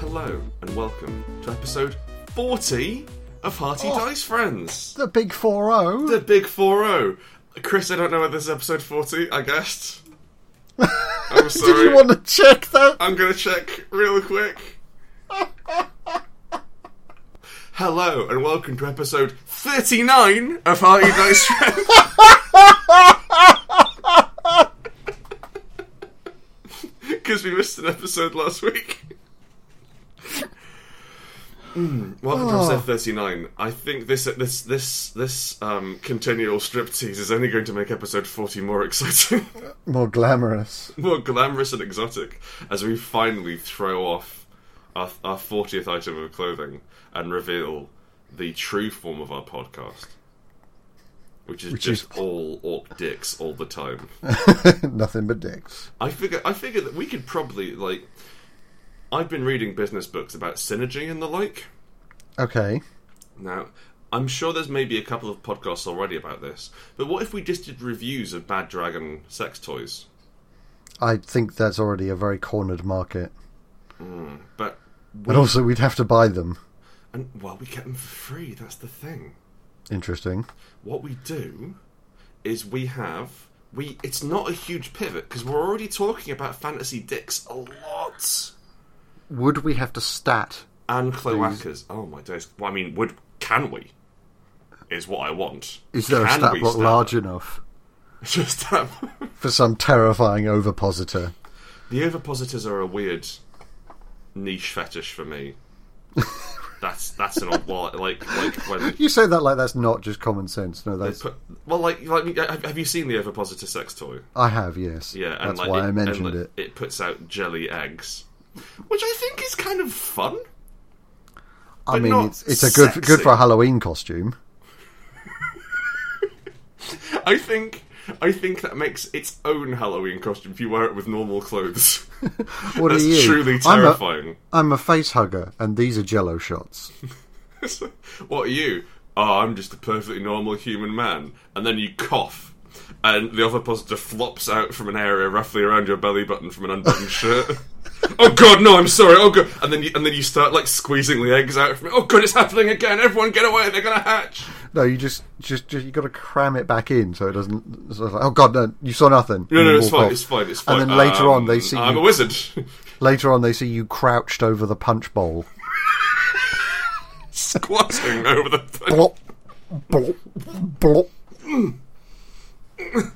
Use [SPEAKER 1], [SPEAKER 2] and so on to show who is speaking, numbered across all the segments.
[SPEAKER 1] Hello and welcome to episode 40 of Hearty
[SPEAKER 2] Oh.
[SPEAKER 1] Dice Friends.
[SPEAKER 2] The big 4 0.
[SPEAKER 1] The big 4 Chris, I don't know whether this is episode 40, I guessed. I'm sorry.
[SPEAKER 2] Did you want to check that?
[SPEAKER 1] I'm going to check real quick. Hello and welcome to episode 39 of Hearty Dice Friends. Because we missed an episode last week. Mm, Welcome to episode 39. I think this this this this um, continual striptease is only going to make episode 40 more exciting.
[SPEAKER 2] More glamorous.
[SPEAKER 1] more glamorous and exotic as we finally throw off our, our 40th item of clothing and reveal the true form of our podcast, which is
[SPEAKER 2] is-
[SPEAKER 1] just all orc dicks all the time.
[SPEAKER 2] Nothing but dicks.
[SPEAKER 1] I figure I figure that we could probably like. I've been reading business books about synergy and the like.
[SPEAKER 2] Okay.
[SPEAKER 1] Now, I'm sure there's maybe a couple of podcasts already about this, but what if we just did reviews of Bad Dragon sex toys?
[SPEAKER 2] I think that's already a very cornered market.
[SPEAKER 1] But
[SPEAKER 2] And also, we'd have to buy them.
[SPEAKER 1] and well, we get them for free. That's the thing.
[SPEAKER 2] Interesting.
[SPEAKER 1] what we do is we have we it's not a huge pivot because we're already talking about fantasy dicks a lot
[SPEAKER 2] Would we have to stat?
[SPEAKER 1] and cloacas oh my days well, i mean would can we is what i want
[SPEAKER 2] Is there a
[SPEAKER 1] Can
[SPEAKER 2] stat
[SPEAKER 1] we
[SPEAKER 2] block
[SPEAKER 1] stat-
[SPEAKER 2] large enough
[SPEAKER 1] just that
[SPEAKER 2] for some terrifying overpositor?
[SPEAKER 1] the overpositors are a weird niche fetish for me that's that's an odd one like like when
[SPEAKER 2] You say that like that's not just common sense. No, that's.
[SPEAKER 1] put, well like like have have you seen the overpositor sex toy
[SPEAKER 2] I have, yes.
[SPEAKER 1] Yeah, and
[SPEAKER 2] that's
[SPEAKER 1] like
[SPEAKER 2] why
[SPEAKER 1] it,
[SPEAKER 2] I
[SPEAKER 1] and,
[SPEAKER 2] mentioned
[SPEAKER 1] like,
[SPEAKER 2] it.
[SPEAKER 1] It puts out jelly eggs, which I think is kind of fun.
[SPEAKER 2] I
[SPEAKER 1] but
[SPEAKER 2] mean,
[SPEAKER 1] not
[SPEAKER 2] it's, it's a good good for
[SPEAKER 1] sexy.
[SPEAKER 2] a Halloween costume.
[SPEAKER 1] I think I think that makes its own Halloween costume if you wear it with normal clothes.
[SPEAKER 2] What
[SPEAKER 1] That's
[SPEAKER 2] are you?
[SPEAKER 1] truly
[SPEAKER 2] I'm a-
[SPEAKER 1] terrifying.
[SPEAKER 2] I'm a face hugger, and these are jello shots.
[SPEAKER 1] what are you? Oh, I'm just a perfectly normal human man. And then you cough, and the other positive flops out from an area roughly around your belly button from an unbuttoned shirt. Oh god, no! I'm sorry. Oh god, and then you, and then you start like squeezing the eggs out from it. Oh god, it's happening again! Everyone, get away! They're gonna hatch.
[SPEAKER 2] No, you just, just, just you got to cram it back in so it doesn't. So it's like, oh God, no, you saw nothing.
[SPEAKER 1] No,
[SPEAKER 2] And
[SPEAKER 1] no,
[SPEAKER 2] you
[SPEAKER 1] it's
[SPEAKER 2] walk
[SPEAKER 1] fine,
[SPEAKER 2] off.
[SPEAKER 1] it's fine, it's fine.
[SPEAKER 2] And then later on, they
[SPEAKER 1] Um,
[SPEAKER 2] see
[SPEAKER 1] I'm
[SPEAKER 2] you-
[SPEAKER 1] a wizard.
[SPEAKER 2] Later on, they see you crouched over the punch bowl.
[SPEAKER 1] Squatting over the thing.
[SPEAKER 2] blop, blop, blop.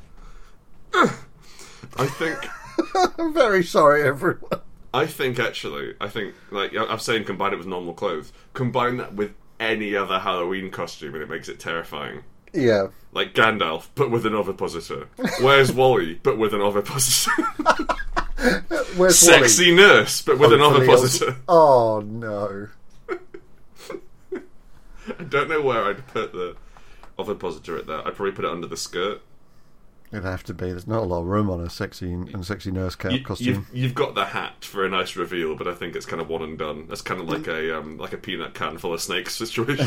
[SPEAKER 1] I think,
[SPEAKER 2] I'm very sorry, everyone.
[SPEAKER 1] I think actually, I think, like, I- I'm saying combine it with normal clothes. Combine that with any other Halloween costume and it makes it terrifying.
[SPEAKER 2] Yeah,
[SPEAKER 1] Like Gandalf, but with an ovipositor. Where's Wally, but with an ovipositor?
[SPEAKER 2] where's Wally?
[SPEAKER 1] Sexy nurse, but with an
[SPEAKER 2] Hopefully
[SPEAKER 1] ovipositor.
[SPEAKER 2] I'll- Oh no,
[SPEAKER 1] I don't know where I'd put the ovipositor at that. I'd probably put it under the skirt.
[SPEAKER 2] it'd have to be. There's not a lot of room on a sexy and sexy nurse cap
[SPEAKER 1] You-
[SPEAKER 2] costume.
[SPEAKER 1] You've, you've got the hat for a nice reveal, but I think it's kind of one and done. That's kind of like a um, like a peanut can full of snakes situation.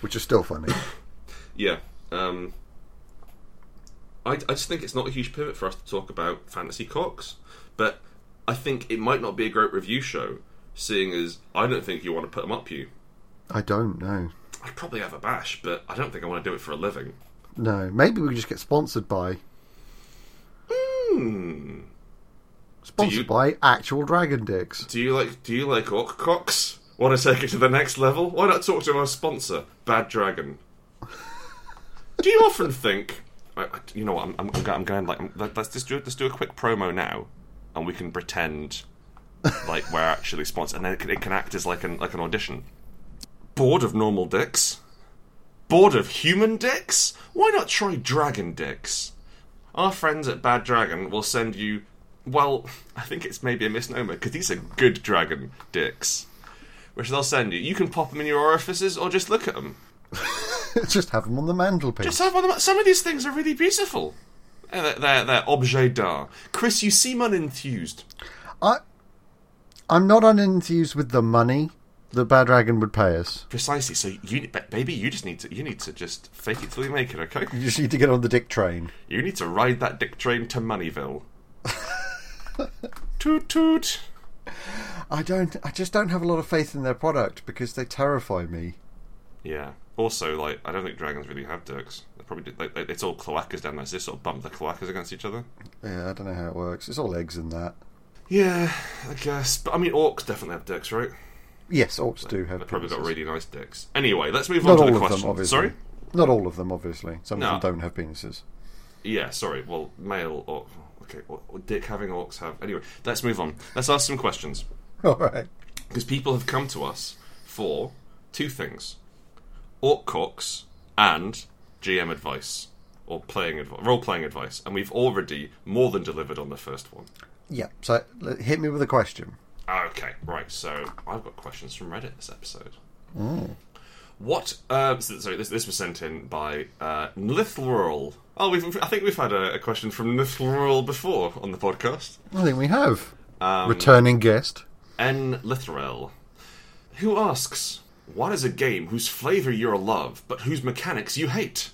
[SPEAKER 2] which is still funny.
[SPEAKER 1] yeah. Um, I, I just think it's not a huge pivot for us to talk about fantasy cocks, but I think it might not be a great review show, seeing as I don't think you want to put them up you.
[SPEAKER 2] I don't know.
[SPEAKER 1] I'd probably have a bash, but I don't think I want to do it for a living.
[SPEAKER 2] No, maybe we could just get sponsored by
[SPEAKER 1] Hmm.
[SPEAKER 2] sponsored by actual dragon dicks.
[SPEAKER 1] Do you like do you like orc cocks? Want to take it to the next level? Why not talk to our sponsor, Bad Dragon? do you often think? I, I- you know what? I'm, I'm, go- I'm going like I'm- let- let's just do let's do a quick promo now, and we can pretend like we're actually sponsored, and then it can, it can act as like an like an audition. Bored of normal dicks? Bored of human dicks? Why not try dragon dicks? Our friends at Bad Dragon will send you. Well, I think it's maybe a misnomer because these are good dragon dicks, which they'll send you. You can pop them in your orifices or just look at them.
[SPEAKER 2] just have them on the mantelpiece.
[SPEAKER 1] Some of, them, some of these things are really beautiful. Uh, They're, they're, they're objet d'art. Chris, you seem unenthused.
[SPEAKER 2] I, I'm not unenthused with the money that Bad Dragon would pay us.
[SPEAKER 1] Precisely. So, you, ba- baby, you just need to you need to just fake it till you make it. Okay.
[SPEAKER 2] You just need to get on the dick train.
[SPEAKER 1] You need to ride that dick train to Moneyville. toot toot.
[SPEAKER 2] I don't. I just don't have a lot of faith in their product because they terrify me.
[SPEAKER 1] Yeah. Also, like, I don't think dragons really have dicks. They probably did, like, it's all cloacas down there. So they sort of bump the cloacas against each other.
[SPEAKER 2] Yeah, I don't know how it works. It's all eggs in that.
[SPEAKER 1] Yeah, I guess. But I mean, orcs definitely have dicks, right?
[SPEAKER 2] Yes, orcs do have.
[SPEAKER 1] They've probably got
[SPEAKER 2] penises.
[SPEAKER 1] really nice dicks. Anyway, let's move
[SPEAKER 2] Not
[SPEAKER 1] on to
[SPEAKER 2] all
[SPEAKER 1] the
[SPEAKER 2] of
[SPEAKER 1] question.
[SPEAKER 2] them, obviously.
[SPEAKER 1] Sorry.
[SPEAKER 2] Not all of them, obviously. Some
[SPEAKER 1] No.
[SPEAKER 2] of them don't have penises.
[SPEAKER 1] Yeah, sorry. Well, male or okay, or, or dick having orcs have. Anyway, let's move on. Let's ask some questions
[SPEAKER 2] All right.
[SPEAKER 1] because people have come to us for two things: orc cocks and GM advice or playing advice, role-playing advice, and we've already more than delivered on the first one.
[SPEAKER 2] Yeah. So l- hit me with a question.
[SPEAKER 1] Okay, right. So I've got questions from Reddit this episode. What? Uh, so, sorry, this, this was sent in by uh, Nlithlural. Oh, we've, I think we've had a, a question from Nlithlural before on the podcast.
[SPEAKER 2] I think we have
[SPEAKER 1] Um,
[SPEAKER 2] returning guest.
[SPEAKER 1] N. Litherell, who asks, What is a game whose flavour you love, but whose mechanics you hate?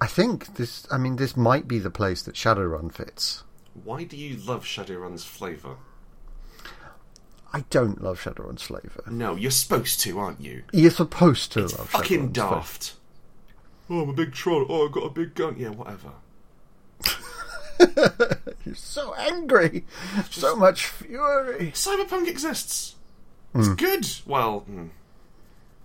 [SPEAKER 2] I think this. I mean, this might be the place that Shadowrun fits.
[SPEAKER 1] Why do you love Shadowrun's flavour?
[SPEAKER 2] I don't love Shadowrun's flavour.
[SPEAKER 1] No, you're supposed to, aren't you?
[SPEAKER 2] You're supposed to love
[SPEAKER 1] Fucking
[SPEAKER 2] Shadowrun's
[SPEAKER 1] daft. Oh, I'm a big troll. Oh, I've got a big gun. Yeah, whatever.
[SPEAKER 2] You're so angry, so much fury.
[SPEAKER 1] Cyberpunk exists. It's good. Well, hmm.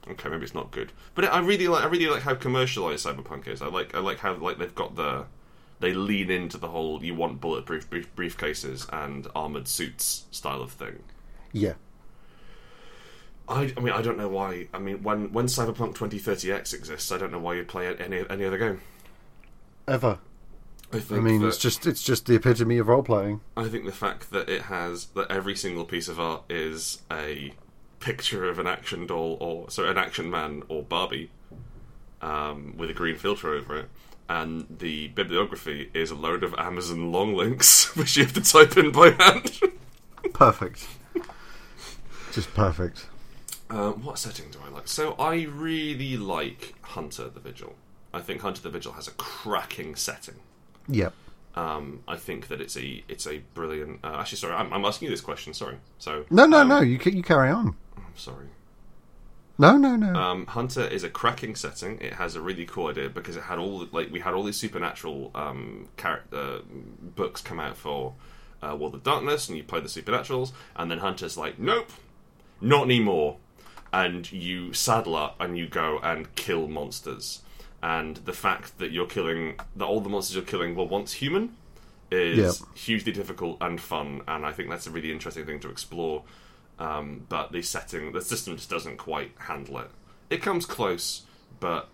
[SPEAKER 1] okay, maybe it's not good, but I really like. I really like how commercialized Cyberpunk is. I like. I like how like they've got the. They lean into the whole you want bulletproof brief, briefcases and armored suits style of thing.
[SPEAKER 2] Yeah,
[SPEAKER 1] I, I mean, I don't know why. I mean, when when Cyberpunk 2030X exists, I don't know why you'd play any any other game.
[SPEAKER 2] ever.
[SPEAKER 1] I,
[SPEAKER 2] I
[SPEAKER 1] think
[SPEAKER 2] mean,
[SPEAKER 1] that-
[SPEAKER 2] it's just it's just the epitome of role playing.
[SPEAKER 1] I think the fact that it has that every single piece of art is a picture of an action doll or sorry, an action man or Barbie um, with a green filter over it, and the bibliography is a load of Amazon long links which you have to type in by hand.
[SPEAKER 2] Perfect, just perfect.
[SPEAKER 1] um, what setting do I like? So I really like Hunter the Vigil. I think Hunter the Vigil has a cracking setting.
[SPEAKER 2] Yep.
[SPEAKER 1] Um, I think that it's a it's a brilliant. Uh, actually, sorry, I'm, I'm asking you this question. Sorry. So
[SPEAKER 2] No, no,
[SPEAKER 1] um,
[SPEAKER 2] no. You ca- you carry on.
[SPEAKER 1] I'm sorry.
[SPEAKER 2] No, no, no.
[SPEAKER 1] Um, Hunter is a cracking setting. It has a really cool idea because it had all like we had all these supernatural um, character books come out for uh, World of Darkness, and you play the supernaturals, and then Hunter's like, nope, not anymore, and you saddle up and you go and kill monsters, and the fact that you're killing that all the monsters you're killing were once human is
[SPEAKER 2] Yep.
[SPEAKER 1] hugely difficult and fun, and I think that's a really interesting thing to explore. Um, but the setting, the system just doesn't quite handle it. It comes close, but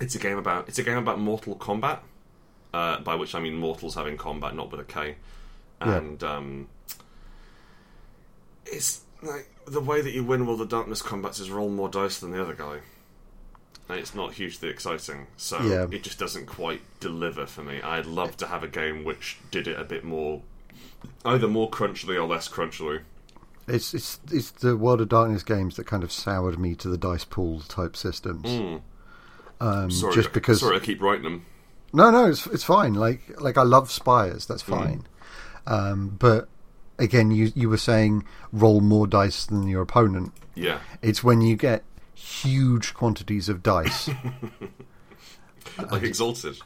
[SPEAKER 1] it's a game about it's a game about mortal combat, uh, by which I mean mortals having combat, not with a K,
[SPEAKER 2] Yeah.
[SPEAKER 1] and um, it's like the way that you win World of Darkness combats is roll more dice than the other guy. And it's not hugely exciting, so
[SPEAKER 2] Yeah.
[SPEAKER 1] it just doesn't quite deliver for me. I'd love to have a game which did it a bit more, either more crunchily or less crunchily.
[SPEAKER 2] It's it's it's the World of Darkness games that kind of soured me to the dice pool type systems.
[SPEAKER 1] Mm.
[SPEAKER 2] Um,
[SPEAKER 1] Sorry,
[SPEAKER 2] just because
[SPEAKER 1] sorry, I keep writing them.
[SPEAKER 2] no, no, it's it's fine. Like like I love spires,
[SPEAKER 1] Mm.
[SPEAKER 2] that's fine. Um, but again, you you were saying roll more dice than your opponent.
[SPEAKER 1] Yeah,
[SPEAKER 2] It's when you get huge quantities of dice.
[SPEAKER 1] like exalted.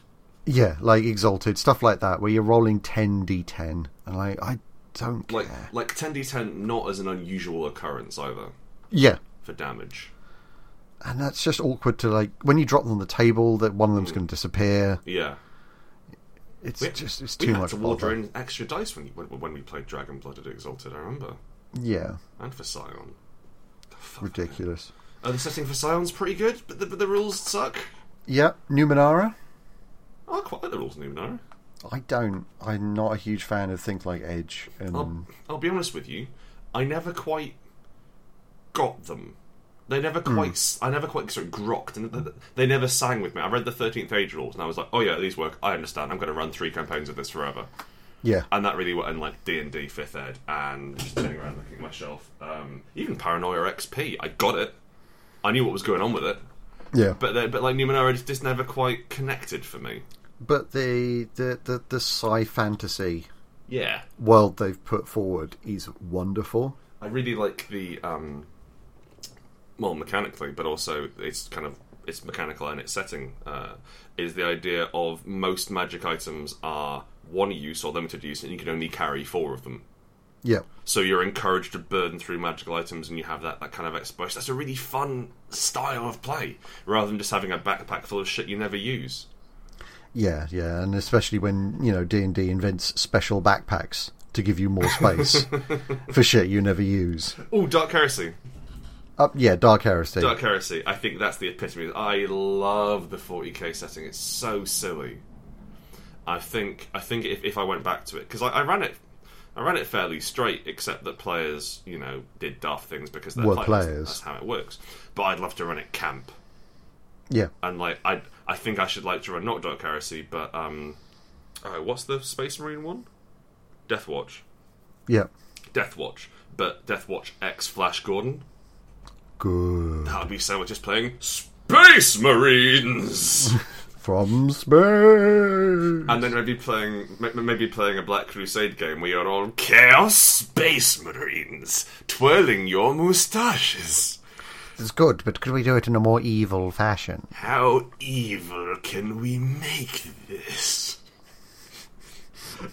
[SPEAKER 2] yeah, like exalted stuff like that, where you're rolling ten d10, and like I don't
[SPEAKER 1] Like
[SPEAKER 2] care.
[SPEAKER 1] like ten d ten, not as an unusual occurrence either
[SPEAKER 2] Yeah,
[SPEAKER 1] for damage.
[SPEAKER 2] and that's just awkward to like when you drop them on the table. That one of them's going to disappear.
[SPEAKER 1] Yeah,
[SPEAKER 2] It's
[SPEAKER 1] Mm. We-
[SPEAKER 2] just it's
[SPEAKER 1] we
[SPEAKER 2] too
[SPEAKER 1] had
[SPEAKER 2] much
[SPEAKER 1] to order
[SPEAKER 2] bother.
[SPEAKER 1] in extra dice when, when when we played Dragon Blooded Exalted. I remember,
[SPEAKER 2] Yeah,
[SPEAKER 1] and for Scion. The fuck?
[SPEAKER 2] ridiculous.
[SPEAKER 1] Uh, the setting for Scion's pretty good, but the, but the rules suck.
[SPEAKER 2] Yeah, Numenara.
[SPEAKER 1] I quite like the rules in Numenara.
[SPEAKER 2] I don't. I'm not a huge fan of things like Edge and
[SPEAKER 1] I'll, I'll be honest with you, I never quite got them. They never
[SPEAKER 2] Hmm.
[SPEAKER 1] quite. s I I never quite sort of grokked, and th- th- they never sang with me. I read the Thirteenth Age rules, and I was like, "Oh yeah, these work. I understand. I'm going to run three campaigns of this forever."
[SPEAKER 2] yeah,
[SPEAKER 1] And that really went in like D and D Fifth Ed, and just sitting around looking at my shelf. Um, even Paranoia XP, I got it. I knew what was going on with it,
[SPEAKER 2] yeah. But,
[SPEAKER 1] but the- but like Numenera just, just never quite connected for me.
[SPEAKER 2] the, the the the sci fantasy
[SPEAKER 1] Yeah.
[SPEAKER 2] world they've put forward is wonderful.
[SPEAKER 1] I really like the um, well mechanically, but also it's kind of it's mechanical and its setting uh, is the idea of most magic items are one use or limited use, and you can only carry four of them.
[SPEAKER 2] Yeah,
[SPEAKER 1] So you're encouraged to burn through magical items, and you have that, that kind of exploration. That's a really fun style of play, rather than just having a backpack full of shit you never use.
[SPEAKER 2] yeah, yeah, and especially when you know D and D invents special backpacks to give you more space for shit you never use.
[SPEAKER 1] Oh, dark heresy.
[SPEAKER 2] Up, yeah, Dark Heresy.
[SPEAKER 1] Dark Heresy. I think that's the epitome. I love the 40k setting. It's so silly. I think I think if, if I went back to it because I, I ran it, I ran it fairly straight, except that players you know did daft things because they're
[SPEAKER 2] Were
[SPEAKER 1] players.
[SPEAKER 2] players.
[SPEAKER 1] That's how it works. But I'd love to run it camp,
[SPEAKER 2] Yeah,
[SPEAKER 1] and like I I think I should like to run not Dark Heresy, but um, oh, what's the Space Marine one? Death Watch.
[SPEAKER 2] yeah,
[SPEAKER 1] Death Watch, but Death Watch X Flash Gordon.
[SPEAKER 2] good
[SPEAKER 1] That would be so much just playing Space Marines.
[SPEAKER 2] from space.
[SPEAKER 1] And then maybe playing m- m- maybe playing a Black Crusade game where you're all Chaos Space Marines twirling your moustaches.
[SPEAKER 2] It's good, but could we do it in a more evil fashion?
[SPEAKER 1] How evil can we make this?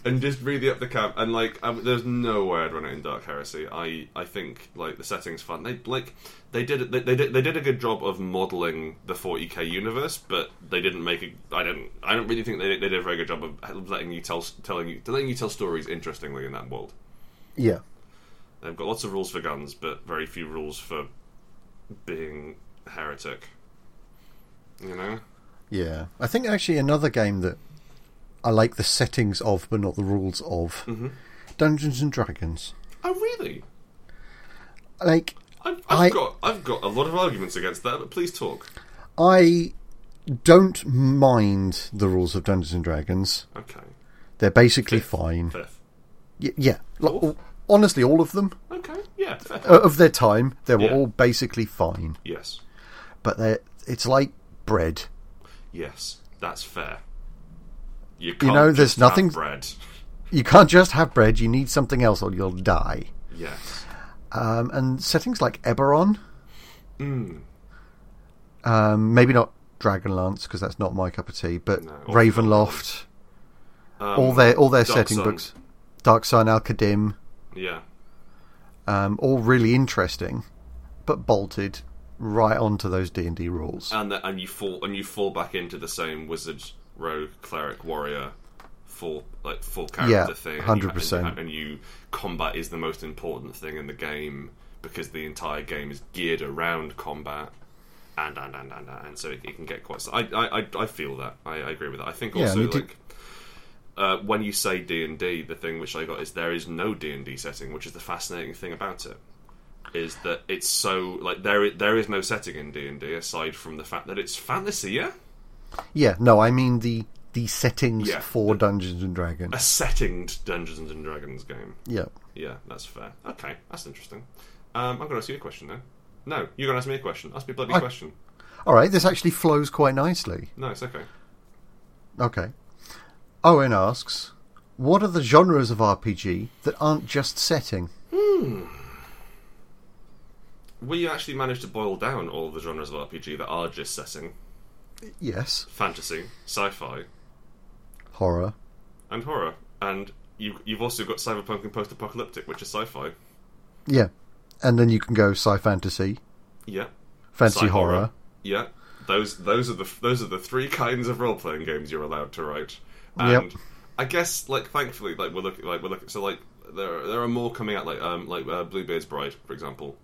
[SPEAKER 1] And just really up the camp, and like, I, there's no way I'd run it in Dark Heresy. I, I think like the setting's fun. They like, they did, they, they did, they did a good job of modeling the 40k universe, but they didn't make a. I don't, I don't really think they, they did a very good job of letting you tell, telling you, letting you tell stories interestingly in that world.
[SPEAKER 2] Yeah,
[SPEAKER 1] They've got lots of rules for guns, but very few rules for being heretic. You know.
[SPEAKER 2] yeah. I think actually another game that I like the settings of, but not the rules of,
[SPEAKER 1] Mm-hmm.
[SPEAKER 2] Dungeons and Dragons.
[SPEAKER 1] Oh really?
[SPEAKER 2] Like
[SPEAKER 1] I've, I've
[SPEAKER 2] I-
[SPEAKER 1] got I've got a lot of arguments against that, but please talk.
[SPEAKER 2] I don't mind the rules of Dungeons and Dragons.
[SPEAKER 1] Okay.
[SPEAKER 2] They're basically fine.
[SPEAKER 1] Fifth.
[SPEAKER 2] Y- yeah. Like,
[SPEAKER 1] Cool.
[SPEAKER 2] honestly, all of them
[SPEAKER 1] Okay. Yeah. Fifth.
[SPEAKER 2] uh, of their time, they were
[SPEAKER 1] Yeah.
[SPEAKER 2] all basically fine.
[SPEAKER 1] yes.
[SPEAKER 2] But they it's like bread.
[SPEAKER 1] Yes. That's fair. You, can't
[SPEAKER 2] know, there's
[SPEAKER 1] just have
[SPEAKER 2] nothing-
[SPEAKER 1] bread.
[SPEAKER 2] You can't just have bread. You need something else, or you'll die.
[SPEAKER 1] Yes.
[SPEAKER 2] Um, and settings like Eberron,
[SPEAKER 1] Hmm.
[SPEAKER 2] um, maybe not Dragonlance because that's not my cup of tea, but
[SPEAKER 1] No, or-
[SPEAKER 2] Ravenloft,
[SPEAKER 1] Um,
[SPEAKER 2] all their all their
[SPEAKER 1] Dark
[SPEAKER 2] setting
[SPEAKER 1] Sun.
[SPEAKER 2] books, Dark Sun, Al Qadim.
[SPEAKER 1] Yeah.
[SPEAKER 2] um, all really interesting, but bolted right onto those D and D rules.
[SPEAKER 1] And the, and you fall and you fall back into the same wizard, rogue, cleric, warrior, full like full character
[SPEAKER 2] Yeah,
[SPEAKER 1] thing. and you-
[SPEAKER 2] 100%.
[SPEAKER 1] And, you- and you combat is the most important thing in the game because the entire game is geared around combat. And and and and and so it, it can get quite. I I I- I feel that. I, I agree with that. I think
[SPEAKER 2] Yeah,
[SPEAKER 1] also
[SPEAKER 2] and you do-
[SPEAKER 1] like. Uh, when you say D and D, the thing which I got is there is no D and D setting, which is the fascinating thing about it is that it's so like there there is no setting in D and D aside from the fact that it's fantasy, yeah,
[SPEAKER 2] yeah, no, I mean the the settings
[SPEAKER 1] Yeah. Uh,
[SPEAKER 2] for Dungeons and
[SPEAKER 1] a
[SPEAKER 2] Dragons.
[SPEAKER 1] settinged Dungeons and Dragons game.
[SPEAKER 2] Yeah,
[SPEAKER 1] Yeah, that's fair. Okay, that's interesting. Um, I'm gonna ask you a question now. No, you're gonna ask me a question. Ask me a bloody
[SPEAKER 2] I-
[SPEAKER 1] question.
[SPEAKER 2] all right, this actually flows quite nicely.
[SPEAKER 1] No, it's okay.
[SPEAKER 2] Okay, Owen asks, what are the genres of RPG that aren't just setting?
[SPEAKER 1] We actually managed to boil down all the genres of RPG that are just setting:
[SPEAKER 2] Yes,
[SPEAKER 1] fantasy, sci-fi,
[SPEAKER 2] horror.
[SPEAKER 1] and horror. And you, you've also got cyberpunk and post-apocalyptic, which is sci-fi.
[SPEAKER 2] Yeah, and then you can go sci fantasy,
[SPEAKER 1] Yeah,
[SPEAKER 2] fantasy
[SPEAKER 1] Sci
[SPEAKER 2] horror.
[SPEAKER 1] Yeah, those those are the those are the three kinds of role playing games you're allowed to write.
[SPEAKER 2] Yep.
[SPEAKER 1] And I guess like thankfully like we're looking like we're looking so like there are, there are more coming out like um like uh, Bluebeard's Bride for example.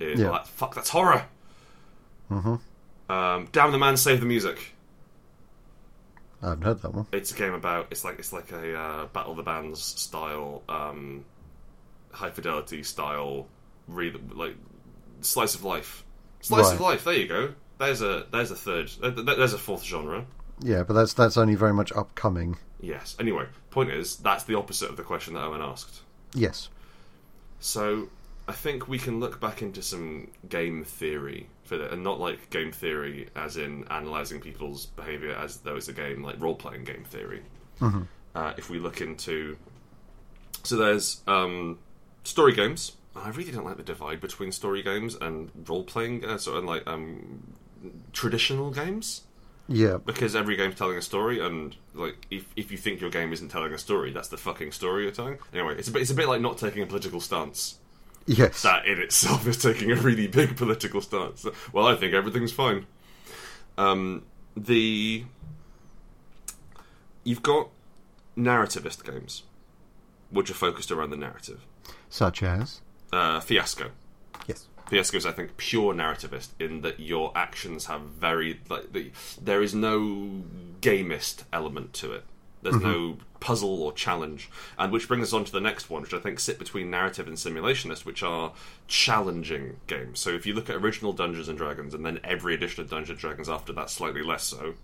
[SPEAKER 1] Is,
[SPEAKER 2] Yeah.
[SPEAKER 1] like, fuck that's horror. Mm-hmm. Um, Damn the man, save the music.
[SPEAKER 2] I haven't heard that one.
[SPEAKER 1] It's a game about it's like it's like a uh, battle of the bands style, um, high fidelity style, re- like slice of life. Slice of
[SPEAKER 2] Right.
[SPEAKER 1] life. There you go. There's a there's a third. there- there- There's a fourth genre.
[SPEAKER 2] Yeah, but that's that's only very much upcoming.
[SPEAKER 1] Yes. Anyway, point is that's the opposite of the question that Owen asked.
[SPEAKER 2] Yes,
[SPEAKER 1] So I think we can look back into some game theory for that, and not like game theory as in analyzing people's behavior as though it's a game, like role playing game theory. Uh, if we look into So there's um, story games. I really don't like the divide between story games and role playing, uh, sort of like um, traditional games,
[SPEAKER 2] Yeah.
[SPEAKER 1] because every game's telling a story, and like if, if you think your game isn't telling a story, that's the fucking story you're telling. Anyway, it's a bit it's a bit like not taking a political stance
[SPEAKER 2] Yes.
[SPEAKER 1] that in itself is taking a really big political stance. Well, I think everything's fine. Um, the you've got narrativist games, which are focused around the narrative.
[SPEAKER 2] Such as.
[SPEAKER 1] Uh, Fiasco.
[SPEAKER 2] Yes.
[SPEAKER 1] Fiasco is, I think, pure narrativist in that your actions have very like the, there is no gamist element to it. There's no puzzle or challenge, and which brings us on to the next one, which I think sit between narrative and simulationist, which are challenging games. So if you look at original Dungeons and Dragons, and then every edition of Dungeons and Dragons after that, slightly less so,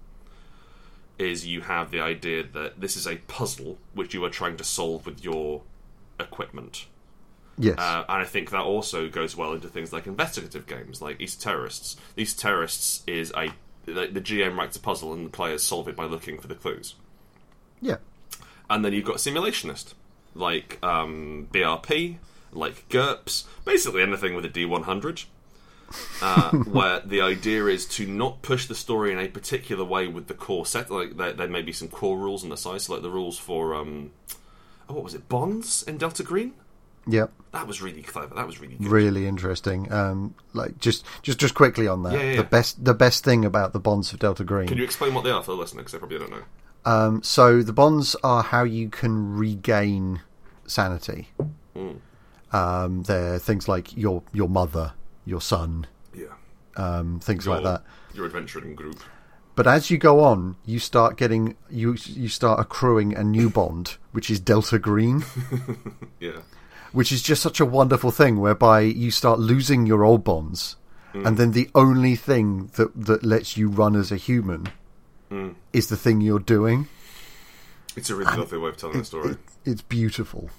[SPEAKER 1] is you have the idea that this is a puzzle which you are trying to solve with your equipment.
[SPEAKER 2] Yes.
[SPEAKER 1] Uh, and I think that also goes well into things like investigative games, like East Terrorists. East Terrorists is a the the GM writes a puzzle and the players solve it by looking for the clues.
[SPEAKER 2] yeah.
[SPEAKER 1] And then you've got simulationist, like um, BRP, like GURPS, basically anything with a D100, uh, where the idea is to not push the story in a particular way with the core set. Like there, there may be some core rules on the side, so like the rules for um, oh, what was it, bonds in Delta Green.
[SPEAKER 2] Yeah.
[SPEAKER 1] That was really clever. That was really good.
[SPEAKER 2] Really interesting. Um, like just, just, just quickly on that.
[SPEAKER 1] Yeah, yeah, yeah.
[SPEAKER 2] The best, the best thing about the bonds of Delta Green.
[SPEAKER 1] Can you explain what they are for the listener? Because I probably don't know.
[SPEAKER 2] Um, so the bonds are how you can regain sanity. Um, they're things like your your mother, your son,
[SPEAKER 1] Yeah.
[SPEAKER 2] um, things like that.
[SPEAKER 1] Your adventuring group.
[SPEAKER 2] But as you go on, you start getting you you start accruing a new bond, which is Delta Green,
[SPEAKER 1] Yeah.
[SPEAKER 2] which is just such a wonderful thing. Whereby you start losing your old bonds, and then the only thing that that lets you run as a human is the thing you're doing.
[SPEAKER 1] It's a really lovely way of telling the story.
[SPEAKER 2] It's beautiful.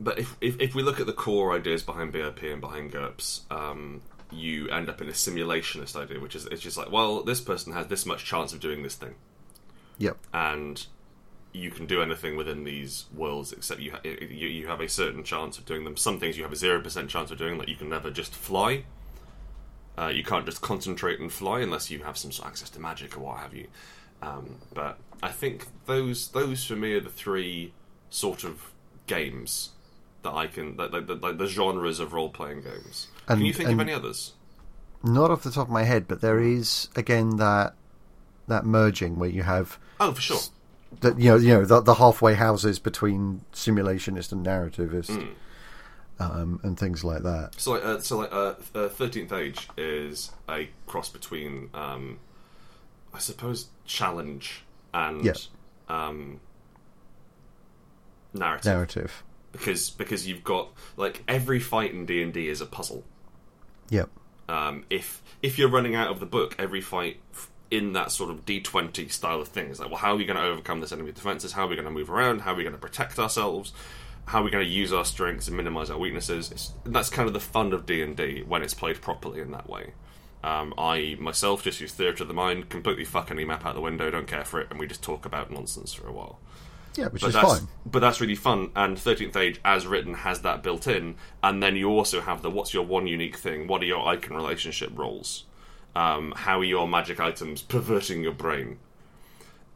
[SPEAKER 1] But if, if, if we look at the core ideas behind BRP and behind GURPS, um, you end up in a simulationist idea, which is it's just like, well, this person has this much chance of doing this thing,
[SPEAKER 2] Yep.
[SPEAKER 1] and you can do anything within these worlds except you ha- you, you have a certain chance of doing them. Some things you have a zero percent chance of doing, like you can never just fly. Uh, you can't just concentrate and fly unless you have some sort of access to magic or what have you. Um, but I think those those for me are the three sort of games that I can that, that, that, like the genres of role playing games.
[SPEAKER 2] And-
[SPEAKER 1] can you think
[SPEAKER 2] and-
[SPEAKER 1] of any others?
[SPEAKER 2] Not off the top of my head, but there is again that that merging where you have
[SPEAKER 1] Oh, for sure.
[SPEAKER 2] that you know you know the, the halfway houses between simulationist and narrativist,
[SPEAKER 1] Hmm.
[SPEAKER 2] um, and things like that.
[SPEAKER 1] So like, uh, so like, uh, Thirteenth Age is a cross between, um, I suppose, challenge and
[SPEAKER 2] Yeah.
[SPEAKER 1] um, narrative,
[SPEAKER 2] Narrative.
[SPEAKER 1] because because you've got like every fight in D and D is a puzzle.
[SPEAKER 2] Yep.
[SPEAKER 1] Um, if if you're running out of the book, every fight f- in that sort of D twenty style of thing is like, well, how are we going to overcome this enemy defenses? How are we going to move around? How are we going to protect ourselves? How are we going to use our strengths and minimize our weaknesses? It's, that's kind of the fun of D and D when it's played properly in that way. Um, I myself just use theatre of the mind, completely fuck any map out the window, don't care for it, and we just talk about nonsense for a while.
[SPEAKER 2] Yeah, which
[SPEAKER 1] But
[SPEAKER 2] is
[SPEAKER 1] that's,
[SPEAKER 2] fine.
[SPEAKER 1] but that's really fun, and 13th Age, as written, has that built in. And then you also have the what's your one unique thing? What are your icon relationship roles? Um, how are your magic items perverting your brain?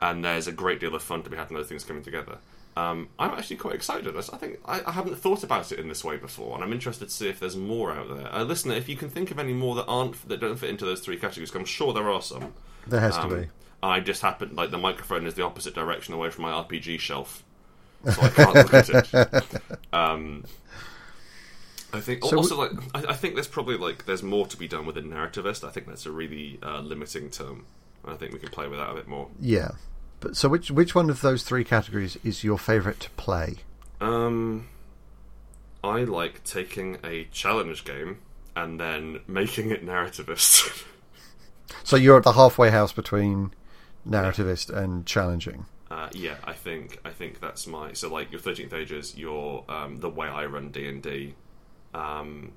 [SPEAKER 1] And there's a great deal of fun to be had in those things coming together. Um, I'm actually quite excited. I s- I think I, I haven't thought about it in this way before, and I'm interested to see if there's more out there. Uh, listener, if you can think of any more that aren't that don't fit into those three categories, 'cause I'm sure there are some.
[SPEAKER 2] There has
[SPEAKER 1] Um,
[SPEAKER 2] to be.
[SPEAKER 1] I just happened like the microphone is the opposite direction away from my RPG shelf, so I can't look at it. Um, I think
[SPEAKER 2] So
[SPEAKER 1] also like I, I think there's probably like there's more to be done within narrativist. I think that's a really uh, limiting term. I think we can play with that a bit more.
[SPEAKER 2] Yeah. But so which which one of those three categories is your favourite to play?
[SPEAKER 1] Um, I like taking a challenge game and then making it narrativist.
[SPEAKER 2] So you're at the halfway house between narrativist and challenging.
[SPEAKER 1] Uh, yeah, I think I think that's my so like your thirteenth ages, your um, the way I run D and D, um,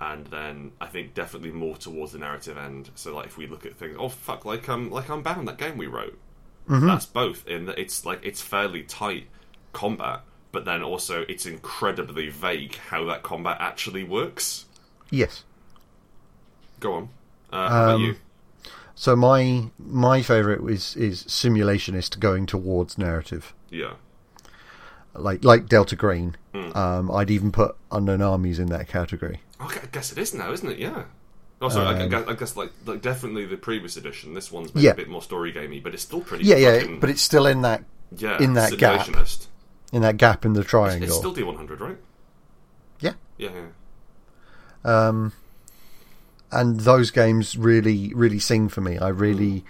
[SPEAKER 1] and then I think definitely more towards the narrative end. So like if we look at things, oh fuck, like um like Unbound, that game we wrote, that's both in that it's like it's fairly tight combat, but then also it's incredibly vague how that combat actually works.
[SPEAKER 2] Yes.
[SPEAKER 1] Go on. Uh, how about
[SPEAKER 2] Um,
[SPEAKER 1] you?
[SPEAKER 2] So my my favorite is is simulationist going towards narrative,
[SPEAKER 1] Yeah.
[SPEAKER 2] like like Delta Green. Um, I'd even put Unknown Armies in that category.
[SPEAKER 1] Oh, I guess it is now, isn't it? Yeah. Also, I, I guess, I guess like, like definitely the previous edition. This one's maybe
[SPEAKER 2] Um, Yeah.
[SPEAKER 1] a bit more story gamey, but it's still pretty.
[SPEAKER 2] Yeah, yeah,
[SPEAKER 1] fucking-
[SPEAKER 2] but it's still in that
[SPEAKER 1] yeah,
[SPEAKER 2] in that gap.
[SPEAKER 1] simulationist.
[SPEAKER 2] in that gap in the
[SPEAKER 1] It's
[SPEAKER 2] triangle.
[SPEAKER 1] still D one hundred, right?
[SPEAKER 2] yeah.
[SPEAKER 1] Yeah, yeah.
[SPEAKER 2] Um, and those games really really sing for me. I really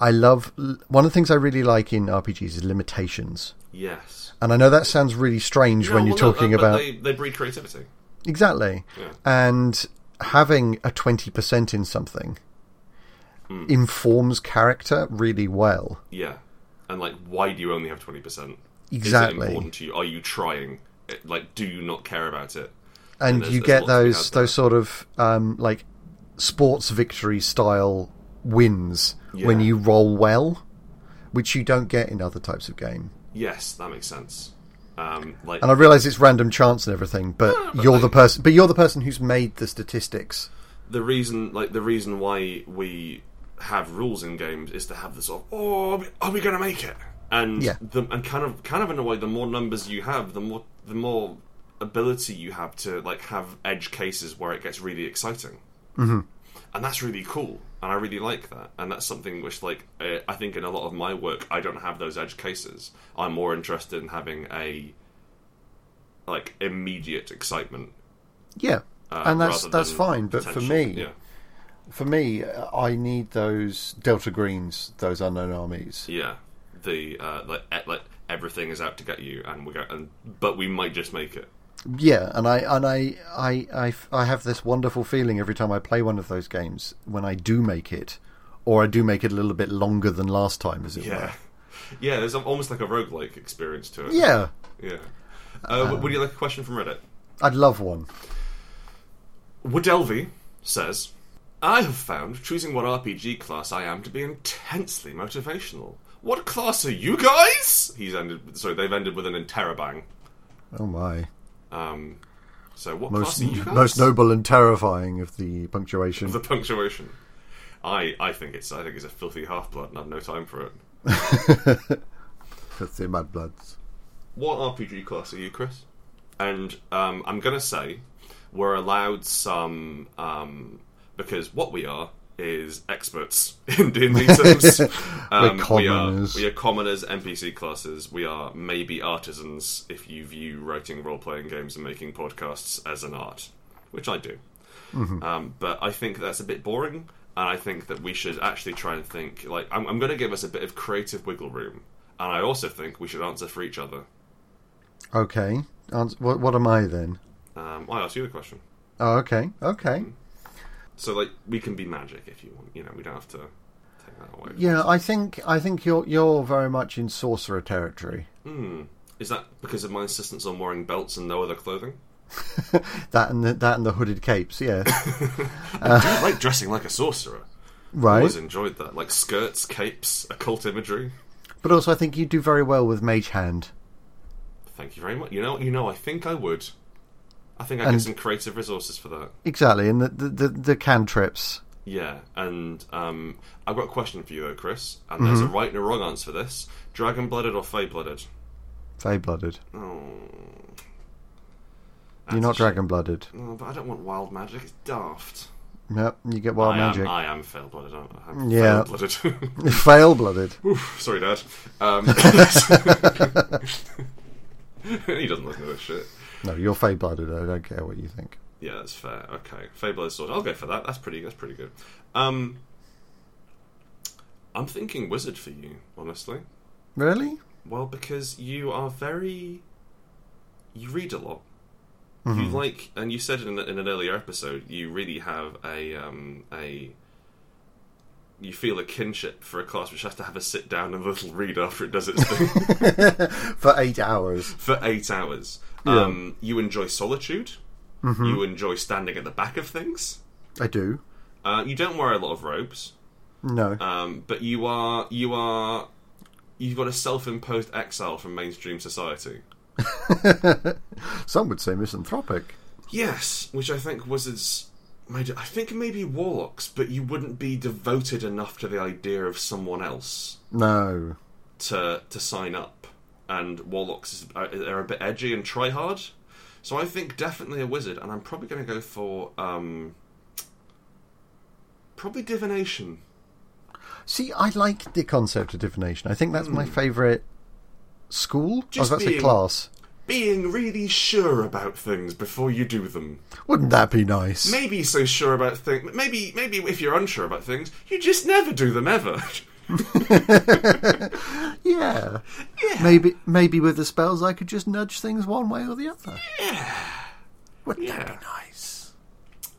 [SPEAKER 2] I love one of the things I really like in RPGs is limitations.
[SPEAKER 1] Yes.
[SPEAKER 2] And I know that sounds really strange when
[SPEAKER 1] No,
[SPEAKER 2] you're
[SPEAKER 1] well, no, uh,
[SPEAKER 2] talking
[SPEAKER 1] but
[SPEAKER 2] about
[SPEAKER 1] they, they breed creativity.
[SPEAKER 2] Exactly.
[SPEAKER 1] Yeah.
[SPEAKER 2] And having a 20% in something Hmm. informs character really well.
[SPEAKER 1] Yeah. And like, why do you only have twenty percent? Is
[SPEAKER 2] Exactly.
[SPEAKER 1] it important to you? Are you trying? It- Like, do you not care about it?
[SPEAKER 2] And
[SPEAKER 1] there's-
[SPEAKER 2] you
[SPEAKER 1] there's
[SPEAKER 2] get
[SPEAKER 1] lots to be
[SPEAKER 2] those
[SPEAKER 1] had there.
[SPEAKER 2] those sort of um, like sports victory style wins when
[SPEAKER 1] Yeah.
[SPEAKER 2] you roll well, which you don't get in other types of game.
[SPEAKER 1] Yes, that makes sense. Um, like,
[SPEAKER 2] And I realize it's random chance and everything, but you're the person but you're the person who's made the statistics.
[SPEAKER 1] the reason like the reason why we have rules in games is to have the sort of oh are we, are we going to make it and
[SPEAKER 2] Yeah.
[SPEAKER 1] the, and kind of kind of in a way the more numbers you have the more the more ability you have to like have edge cases where it gets really exciting
[SPEAKER 2] Mm-hmm.
[SPEAKER 1] and that's really cool and i really like that and that's something which like uh, i think in a lot of my work i don't have those edge cases i'm more interested in having a like immediate excitement
[SPEAKER 2] Yeah.
[SPEAKER 1] uh,
[SPEAKER 2] and that's
[SPEAKER 1] rather
[SPEAKER 2] that's
[SPEAKER 1] than
[SPEAKER 2] fine, but for
[SPEAKER 1] potential.
[SPEAKER 2] me
[SPEAKER 1] yeah
[SPEAKER 2] For me, uh, I need those Delta Greens, those unknown armies.
[SPEAKER 1] Yeah, the uh, like e- like everything is out to get you, and we go, and but we might just make it.
[SPEAKER 2] Yeah, and I and I, I I f- I have this wonderful feeling every time I play one of those games when I do make it, or I do make it a little bit longer than last time, as it
[SPEAKER 1] Yeah, yeah. There's almost like a roguelike experience to it.
[SPEAKER 2] were. Yeah,
[SPEAKER 1] yeah. Uh, w- would you like a question from Reddit?
[SPEAKER 2] I'd love one.
[SPEAKER 1] Woodelvy says, I have found choosing what RPG class I am to be intensely motivational. What class are you guys? He's ended. with- Sorry, they've ended with an interrobang.
[SPEAKER 2] Oh my!
[SPEAKER 1] Um, so what
[SPEAKER 2] Most
[SPEAKER 1] class are you guys?
[SPEAKER 2] most noble and terrifying of the punctuation.
[SPEAKER 1] the punctuation. I I think it's I think it's a filthy half blood, and I've no time for it.
[SPEAKER 2] That's the Mad Bloods.
[SPEAKER 1] what RPG class are you, Chris? And um, I'm gonna say we're allowed some um, because what we are is experts in D and D terms. Um, we are
[SPEAKER 2] commoners.
[SPEAKER 1] we are commoners, NPC classes. We are maybe artisans if you view writing role playing games and making podcasts as an art, which I do. Um, but I think that's a bit boring, and I think that we should actually try and think. Like, I'm, I'm going to give us a bit of creative wiggle room, and I also think we should answer for each other.
[SPEAKER 2] Okay, Ans- what what am I then?
[SPEAKER 1] Um, I asked you the question.
[SPEAKER 2] Oh, okay, okay.
[SPEAKER 1] So, like, we can be magic if you want. You know, we don't have to take that away.
[SPEAKER 2] Yeah, I think I think you're you're very much in sorcerer territory.
[SPEAKER 1] Is that because of my insistence on wearing belts and no other clothing?
[SPEAKER 2] That and the, that and the hooded capes, yeah.
[SPEAKER 1] I like dressing like a sorcerer. I
[SPEAKER 2] Uh. right.
[SPEAKER 1] always enjoyed that. Like skirts, capes, occult imagery.
[SPEAKER 2] But also, I think you do very well with Mage Hand.
[SPEAKER 1] Thank you very much. You know, you know, I think I would. I think I
[SPEAKER 2] And-
[SPEAKER 1] get some creative resources for that.
[SPEAKER 2] Exactly, and the the, the, the cantrips.
[SPEAKER 1] Yeah, and um, I've got a question for you though, Chris. And there's
[SPEAKER 2] Mm-hmm.
[SPEAKER 1] a right and a wrong answer for this: dragon blooded or fey blooded?
[SPEAKER 2] Fey blooded.
[SPEAKER 1] Oh,
[SPEAKER 2] You're not
[SPEAKER 1] That's a
[SPEAKER 2] dragon blooded.
[SPEAKER 1] shame. Oh, but I don't want wild magic. It's daft.
[SPEAKER 2] Nope, you get wild
[SPEAKER 1] I
[SPEAKER 2] magic.
[SPEAKER 1] am. I am fey blooded. I'm
[SPEAKER 2] Yeah.
[SPEAKER 1] yeah. blooded.
[SPEAKER 2] Fail blooded.
[SPEAKER 1] Sorry, Dad. Um, he doesn't listen to this shit.
[SPEAKER 2] No, you're fey blooded. I don't care what you think.
[SPEAKER 1] Yeah, that's fair. Okay, Fable Sword. I'll go for that. That's pretty. That's pretty good. Um, I'm thinking Wizard for you, honestly.
[SPEAKER 2] Really?
[SPEAKER 1] Well, because you are very, you read a lot. You like, and you said in, in an earlier episode, you really have a um, a. You feel a kinship for a class which has to have a sit down and a little read after it does its thing
[SPEAKER 2] For eight hours.
[SPEAKER 1] for eight hours.
[SPEAKER 2] Yeah.
[SPEAKER 1] Um, you enjoy solitude. You enjoy standing at the back of things.
[SPEAKER 2] I do.
[SPEAKER 1] Uh, you don't wear a lot of robes,
[SPEAKER 2] No.
[SPEAKER 1] um, but you are you are you've got a self-imposed exile from mainstream society.
[SPEAKER 2] Some would say misanthropic.
[SPEAKER 1] Yes, which I think wizards made. I think maybe warlocks, but you wouldn't be devoted enough to the idea of someone else
[SPEAKER 2] No.
[SPEAKER 1] to to sign up. And warlocks is- are, are a bit edgy and try hard. So I think definitely a wizard, and I'm probably going to go for um, probably divination.
[SPEAKER 2] See, I like the concept of divination. I think that's my favourite school. I was
[SPEAKER 1] Hmm. Just
[SPEAKER 2] about to say
[SPEAKER 1] being-
[SPEAKER 2] class.
[SPEAKER 1] Being really sure about things before you do them.
[SPEAKER 2] Wouldn't that be nice?
[SPEAKER 1] Maybe so sure about things. Maybe maybe if you're unsure about things, you just never do them ever.
[SPEAKER 2] Yeah. Maybe maybe with the spells I could just nudge things one way or the other. Yeah. Wouldn't that be nice?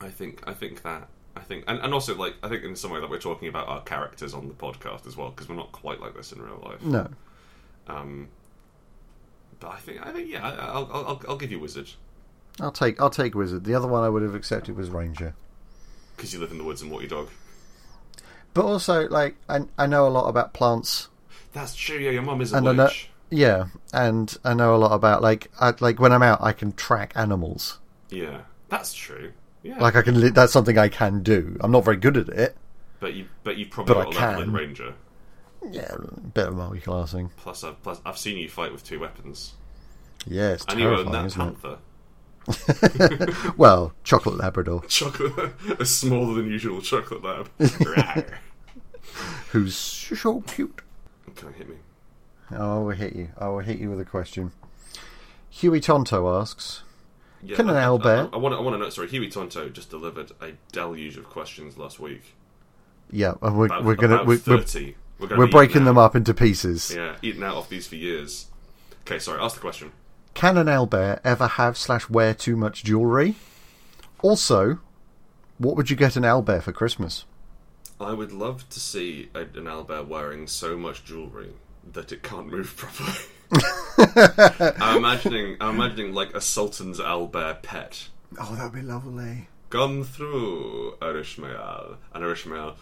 [SPEAKER 1] I think I think that I think and, and also like I think in some way that we're talking about our characters on the podcast as well because we're not quite like this in real life.
[SPEAKER 2] No.
[SPEAKER 1] Um, but I think I think yeah I- I'll I'll, I'll, I'll give you wizard
[SPEAKER 2] I'll take I'll take wizard. The other one I would have accepted was ranger.
[SPEAKER 1] because you live in the woods and walk your dog.
[SPEAKER 2] But also like I I know a lot about plants
[SPEAKER 1] That's true. Yeah, your mum is a
[SPEAKER 2] and I know
[SPEAKER 1] witch.
[SPEAKER 2] yeah, and I know a lot about like I, like when I'm out I can track animals.
[SPEAKER 1] Yeah, that's true. Yeah,
[SPEAKER 2] Like I can li- that's something I can do. I'm not very good at it.
[SPEAKER 1] but you but you probably
[SPEAKER 2] but
[SPEAKER 1] got
[SPEAKER 2] I
[SPEAKER 1] a level in
[SPEAKER 2] can.
[SPEAKER 1] ranger.
[SPEAKER 2] Yeah, bit of multi-classing.
[SPEAKER 1] Plus I've plus I've seen you fight with two weapons
[SPEAKER 2] Yeah, it's
[SPEAKER 1] and you own
[SPEAKER 2] terrifying,
[SPEAKER 1] that
[SPEAKER 2] isn't it?
[SPEAKER 1] panther.
[SPEAKER 2] Well, chocolate labrador
[SPEAKER 1] Chocolate, a smaller than usual chocolate lab. Rawr.
[SPEAKER 2] who's so cute.
[SPEAKER 1] Can I hit me?
[SPEAKER 2] Oh, I will hit you. I will hit you with a question. Huey Tonto asks,
[SPEAKER 1] Yeah,
[SPEAKER 2] Can an
[SPEAKER 1] I- I-
[SPEAKER 2] owl bear-
[SPEAKER 1] I, want. I want to know. Sorry, Huey Tonto just delivered a deluge of questions last week.
[SPEAKER 2] "Yeah, and we're,
[SPEAKER 1] About,
[SPEAKER 2] we're gonna
[SPEAKER 1] about
[SPEAKER 2] we're, we're,
[SPEAKER 1] 30 We're, gonna
[SPEAKER 2] we're
[SPEAKER 1] be
[SPEAKER 2] breaking
[SPEAKER 1] eating
[SPEAKER 2] them
[SPEAKER 1] out-
[SPEAKER 2] up into pieces.
[SPEAKER 1] Yeah, eating out off these for years. Okay, sorry. Ask the question.
[SPEAKER 2] Can an owlbear ever have slash wear too much jewelry? Also, what would you get an owlbear for Christmas?
[SPEAKER 1] I would love to see a, an owlbear wearing so much jewelry that it can't move properly. I'm imagining. I'm imagining like a sultan's owlbear pet.
[SPEAKER 2] Oh, that'd be lovely.
[SPEAKER 1] Come through, Arishmael. And Arishmael,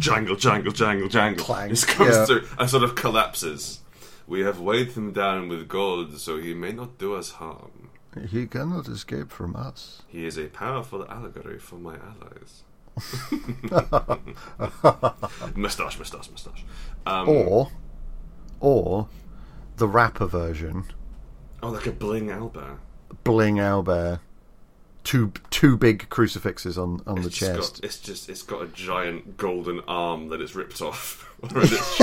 [SPEAKER 1] jangle, jangle, jangle, jangle.
[SPEAKER 2] Clang.
[SPEAKER 1] This comes
[SPEAKER 2] Yeah.
[SPEAKER 1] through and sort of collapses. We have weighed him down with gold, so he may not do us harm.
[SPEAKER 2] He cannot escape from us.
[SPEAKER 1] He is a powerful allegory for my allies. mustache, mustache, mustache. Um,
[SPEAKER 2] Or, or the rapper version,
[SPEAKER 1] oh, like a bling owlbear.
[SPEAKER 2] bling owlbear, two two big crucifixes on on the
[SPEAKER 1] It's just
[SPEAKER 2] chest.
[SPEAKER 1] Got, it's just it's got a giant golden arm that it's ripped off. around its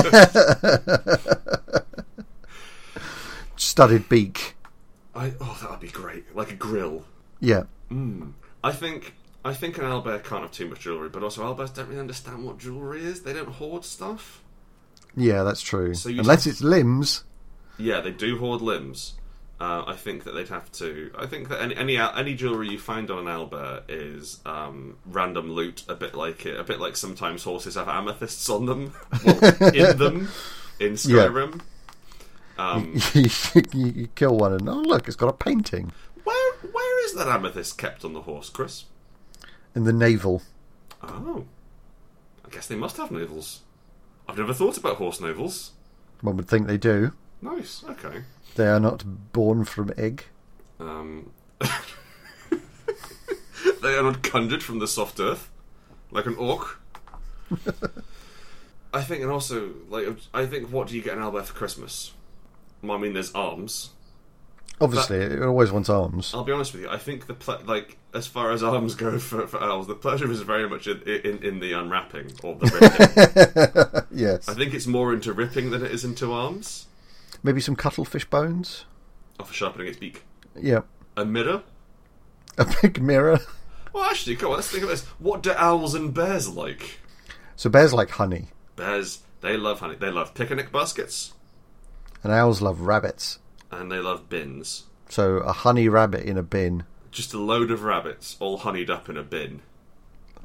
[SPEAKER 1] chest.
[SPEAKER 2] studded beak.
[SPEAKER 1] I, oh, that would be great. Like a grill.
[SPEAKER 2] Yeah.
[SPEAKER 1] I think I think an owlbear can't have too much jewelry, but also owlbears don't really understand what jewelry is. They don't hoard stuff.
[SPEAKER 2] Yeah, that's true.
[SPEAKER 1] So you
[SPEAKER 2] Unless
[SPEAKER 1] just-
[SPEAKER 2] it's limbs.
[SPEAKER 1] Yeah, they do hoard limbs. Uh, I think that they'd have to. I think that any any, owl- any jewelry you find on an owlbear is um, random loot, a bit like it, a bit like sometimes horses have amethysts on them, well, in them, in Skyrim. Um,
[SPEAKER 2] you, you kill one and, oh, look, it's got a painting
[SPEAKER 1] where where is that amethyst kept on the horse, Chris?
[SPEAKER 2] in the navel.
[SPEAKER 1] Oh, I guess they must have navels. I've never thought about horse navels.
[SPEAKER 2] One would think they do.
[SPEAKER 1] Nice. Okay.
[SPEAKER 2] They are not born from egg.
[SPEAKER 1] Um, they are not conjured from the soft earth, like an orc. I think, and also, like, I think, what do you get an owlbear for Christmas? Well, I mean, there's arms.
[SPEAKER 2] Obviously, it always wants arms.
[SPEAKER 1] I'll be honest with you. I think the ple- like, as far as arms go for, for owls, the pleasure is very much in, in, in the unwrapping or the ripping.
[SPEAKER 2] Yes.
[SPEAKER 1] I think it's more into ripping than it is into arms,
[SPEAKER 2] Maybe some cuttlefish bones.
[SPEAKER 1] or for sharpening its beak.
[SPEAKER 2] Yeah.
[SPEAKER 1] A mirror.
[SPEAKER 2] A big mirror.
[SPEAKER 1] Well, actually, come on. Let's think of this. What do owls and bears like?
[SPEAKER 2] So bears like honey,
[SPEAKER 1] Bears, they love honey. They love picnic baskets
[SPEAKER 2] and owls love rabbits.
[SPEAKER 1] and they love bins.
[SPEAKER 2] So a honey rabbit in a bin.
[SPEAKER 1] Just a load of rabbits all honeyed up in a bin.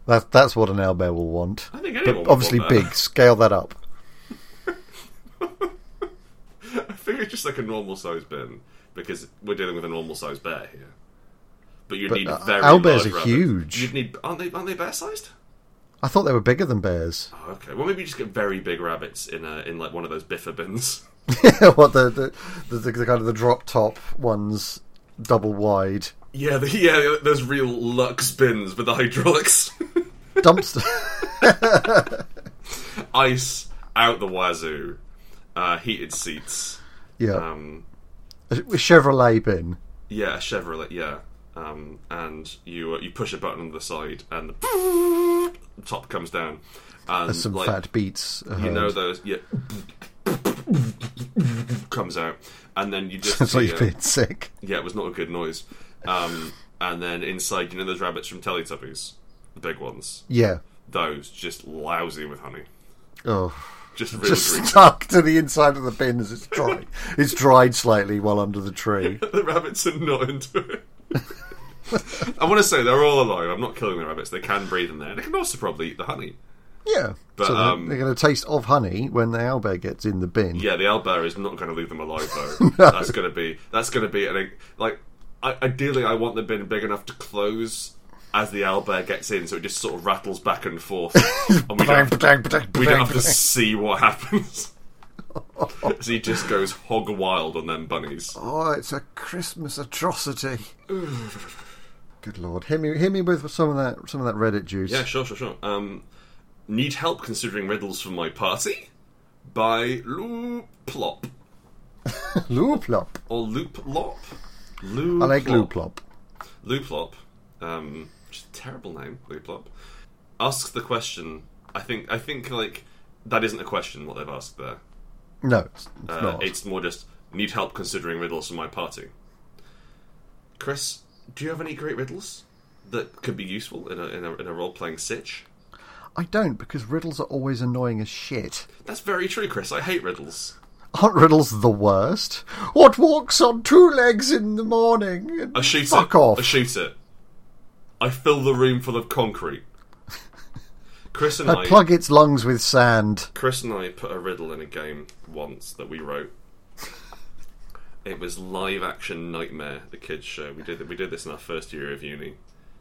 [SPEAKER 2] That, that's what an owlbear will want.
[SPEAKER 1] I think anyone
[SPEAKER 2] But
[SPEAKER 1] would
[SPEAKER 2] obviously
[SPEAKER 1] want that.
[SPEAKER 2] big. Scale that up.
[SPEAKER 1] I think it's just like a normal sized bin because we're dealing with a normal sized bear here. But you need
[SPEAKER 2] uh,
[SPEAKER 1] very
[SPEAKER 2] owlbears
[SPEAKER 1] large
[SPEAKER 2] are
[SPEAKER 1] rabbits.
[SPEAKER 2] huge.
[SPEAKER 1] You'd need aren't they aren't they bear sized?
[SPEAKER 2] I thought they were bigger than bears.
[SPEAKER 1] Oh, okay. Well, maybe you just get very big rabbits in a in like one of those biffer bins.
[SPEAKER 2] what the the, the the kind of the drop top ones, double wide
[SPEAKER 1] Yeah, the, yeah. There's real Lux bins with the hydraulics,
[SPEAKER 2] dumpster.
[SPEAKER 1] ice out the wazoo, uh, heated seats.
[SPEAKER 2] yeah,
[SPEAKER 1] Um,
[SPEAKER 2] A Chevrolet bin.
[SPEAKER 1] yeah, a Chevrolet. Yeah, um, and you uh, you push a button on the side, and the top comes down. And
[SPEAKER 2] Some
[SPEAKER 1] like,
[SPEAKER 2] fat beats. are
[SPEAKER 1] You know
[SPEAKER 2] heard.
[SPEAKER 1] those, yeah. comes out, and then you just
[SPEAKER 2] Sounds like
[SPEAKER 1] see,
[SPEAKER 2] you've
[SPEAKER 1] uh,
[SPEAKER 2] been sick.
[SPEAKER 1] yeah, it was not a good noise. Um, and then inside, you know those rabbits from Teletubbies, the big ones.
[SPEAKER 2] Yeah.
[SPEAKER 1] Those just lousy with honey,
[SPEAKER 2] Oh.
[SPEAKER 1] just really
[SPEAKER 2] Just
[SPEAKER 1] greasy.
[SPEAKER 2] stuck to the inside of the bin as it's dried. it's dried slightly while under the tree.
[SPEAKER 1] the rabbits are not into it. I want to say they're all alive. I'm not killing the rabbits. They can breathe in there. They can also probably eat the honey.
[SPEAKER 2] Yeah.
[SPEAKER 1] But,
[SPEAKER 2] so they're,
[SPEAKER 1] um,
[SPEAKER 2] they're going to taste of honey when the owlbear gets in the bin.
[SPEAKER 1] Yeah, the owlbear is not going to leave them alive though. That's going to be that's going to be an, like I, ideally I want the bin big enough to close as the owlbear gets in, so it just sort of rattles back and forth, and we don't, we don't have to see what happens. so he just goes hog wild on them bunnies.
[SPEAKER 2] Oh, it's a Christmas atrocity. Good lord. Hit me, hit me with some of that some of that Reddit juice.
[SPEAKER 1] Yeah, sure, sure, sure. Um, need help considering riddles for my party by Loop Plop
[SPEAKER 2] Looplop.
[SPEAKER 1] or Loop Lop.
[SPEAKER 2] I like Looplop.
[SPEAKER 1] Looplop, um, which is a terrible name, Looplop, asks the question. I think I think like that isn't a question what they've asked there.
[SPEAKER 2] No, it's, it's
[SPEAKER 1] Uh,
[SPEAKER 2] not.
[SPEAKER 1] It's more just need help considering riddles from my party. Chris, do you have any great riddles that could be useful in a in a, in a role playing sitch?
[SPEAKER 2] I don't because riddles are always annoying as shit.
[SPEAKER 1] That's very true, Chris. I hate riddles.
[SPEAKER 2] Aren't riddles the worst? What walks on two legs in the morning?
[SPEAKER 1] I shoot it.
[SPEAKER 2] Fuck off.
[SPEAKER 1] I shoot it. I fill the room full of concrete. Chris and I,
[SPEAKER 2] I plug its lungs with sand.
[SPEAKER 1] Chris and I put a riddle in a game once that we wrote. It was live action nightmare, the kids show. We did we did this in our first year of uni,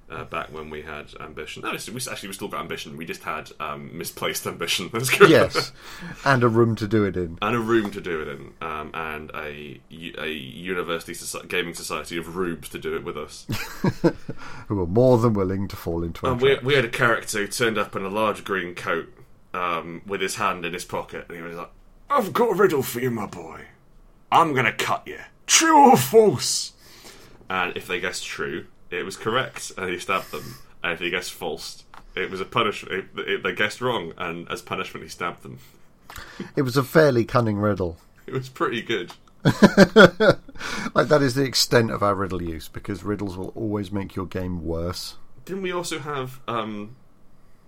[SPEAKER 1] uh, back when we had ambition. No, it's- we actually we still got ambition. We just had um, misplaced ambition. That's correct.
[SPEAKER 2] Yes, and a room to do it in.
[SPEAKER 1] and a room to do it in, um, and a u- a university soci- gaming society of rubes to do it with us.
[SPEAKER 2] Who are more than willing to fall into our
[SPEAKER 1] And we,
[SPEAKER 2] trap.
[SPEAKER 1] we had a character who turned up in a large green coat um, with his hand in his pocket, and he was like, I've got a riddle for you, my boy. I'm going to cut you. True or false? And if they guessed true, it was correct, and he stabbed them. And if they guessed false, it was a punishment. It, it, they guessed wrong, and as punishment, he stabbed them.
[SPEAKER 2] It was a fairly cunning riddle.
[SPEAKER 1] It was pretty good.
[SPEAKER 2] Like that is the extent of our riddle use because riddles will always make your game worse.
[SPEAKER 1] Didn't we also have um,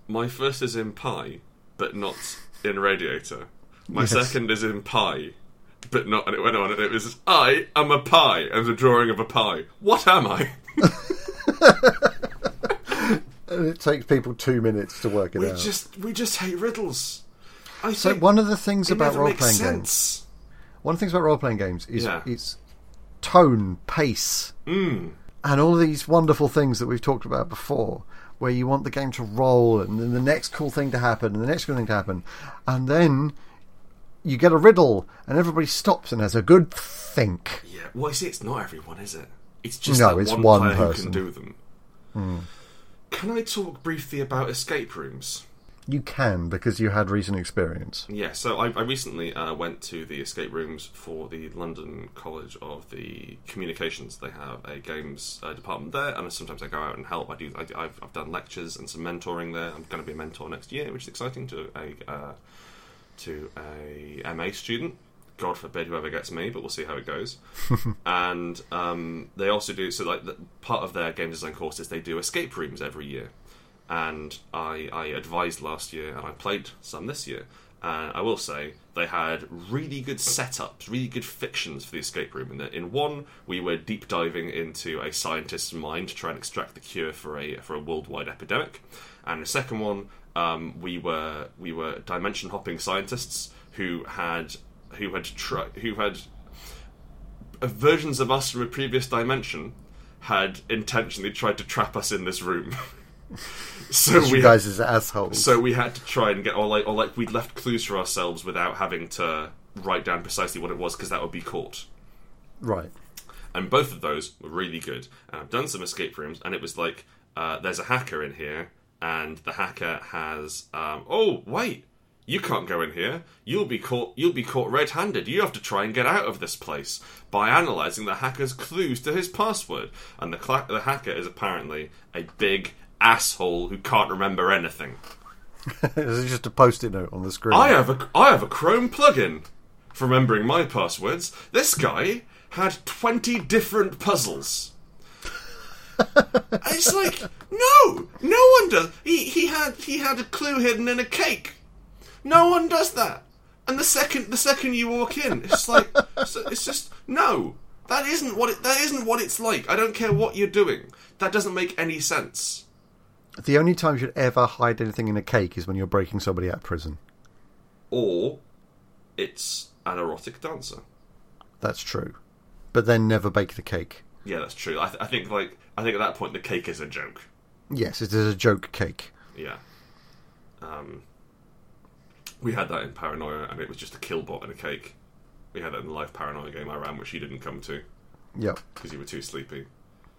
[SPEAKER 1] my first is in pie, but not in radiator. My
[SPEAKER 2] Yes.
[SPEAKER 1] second is in pie, but not. And it went on, and it was I am a pie, and the drawing of a pie. What am I?
[SPEAKER 2] And Uh, it takes people two minutes to work it out.
[SPEAKER 1] just we just hate riddles. I
[SPEAKER 2] So
[SPEAKER 1] think
[SPEAKER 2] one of the things
[SPEAKER 1] it
[SPEAKER 2] about
[SPEAKER 1] never
[SPEAKER 2] role
[SPEAKER 1] makes
[SPEAKER 2] playing games,
[SPEAKER 1] sense.
[SPEAKER 2] one of the things about role playing games is
[SPEAKER 1] Yeah. Mm.
[SPEAKER 2] its tone, pace, and all these wonderful things that we've talked about before, where you want the game to roll, and then the next cool thing to happen, and the next cool thing to happen, and then you get a riddle, and everybody stops and has a good think.
[SPEAKER 1] Yeah. Well, you see, it's not everyone, is it? It's just
[SPEAKER 2] No,
[SPEAKER 1] that
[SPEAKER 2] it's
[SPEAKER 1] one,
[SPEAKER 2] one
[SPEAKER 1] player
[SPEAKER 2] person.
[SPEAKER 1] who
[SPEAKER 2] Hmm.
[SPEAKER 1] can do them. Can I talk briefly about escape rooms?
[SPEAKER 2] You can because you had recent experience.
[SPEAKER 1] Yeah, so I, I recently uh, went to the escape rooms for the London College of the Communications. They have a games uh, department there, and sometimes I go out and help. I do. I, have I've done lectures and some mentoring there. I'm going to be a mentor next year, which is exciting to a uh, to a MA student. God forbid whoever gets me, but we'll see how it goes. and um, they also do so. Like the, part of their game design course is they do escape rooms every year. And I, I advised last year, and I played some this year. And I will say they had really good setups, really good fictions for the escape room. In, that in one, we were deep diving into a scientist's mind to try and extract the cure for a for a worldwide epidemic. And the second one, um, we were we were dimension hopping scientists who had who had tri- who had uh, versions of us from a previous dimension had intentionally tried to trap us in this room. so
[SPEAKER 2] You
[SPEAKER 1] we
[SPEAKER 2] guys as assholes.
[SPEAKER 1] so we had to try and get or like or like we'd left clues for ourselves without having to write down precisely what it was because that would be caught.
[SPEAKER 2] Right.
[SPEAKER 1] And both of those were really good. And I've done some escape rooms, and it was like, uh, there's a hacker in here, and the hacker has, um, oh wait, you can't go in here. You'll be caught. You'll be caught red-handed. You have to try and get out of this place by analyzing the hacker's clues to his password. And the cla the hacker is apparently a big asshole who can't remember anything.
[SPEAKER 2] this is just a post-it note on the screen.
[SPEAKER 1] I have a I have a Chrome plugin for remembering my passwords. This guy had twenty different puzzles. it's like no, no one does. He he had he had a clue hidden in a cake. No one does that. And the second the second you walk in, it's like so it's just no. That isn't what it, that isn't what it's like. I don't care what you're doing. That doesn't make any sense.
[SPEAKER 2] The only time you'd ever hide anything in a cake is when you're breaking somebody out of prison.
[SPEAKER 1] Or it's an erotic dancer.
[SPEAKER 2] That's true. But then never bake the cake.
[SPEAKER 1] Yeah, that's true. I, th- I think like I think at that point the cake is a joke.
[SPEAKER 2] Yes, it is a joke cake.
[SPEAKER 1] Yeah. Um, we had that in Paranoia, and it was just a killbot and a cake. We had that in the live Paranoia game I ran, which you didn't come to
[SPEAKER 2] Yep.
[SPEAKER 1] because you were too sleepy.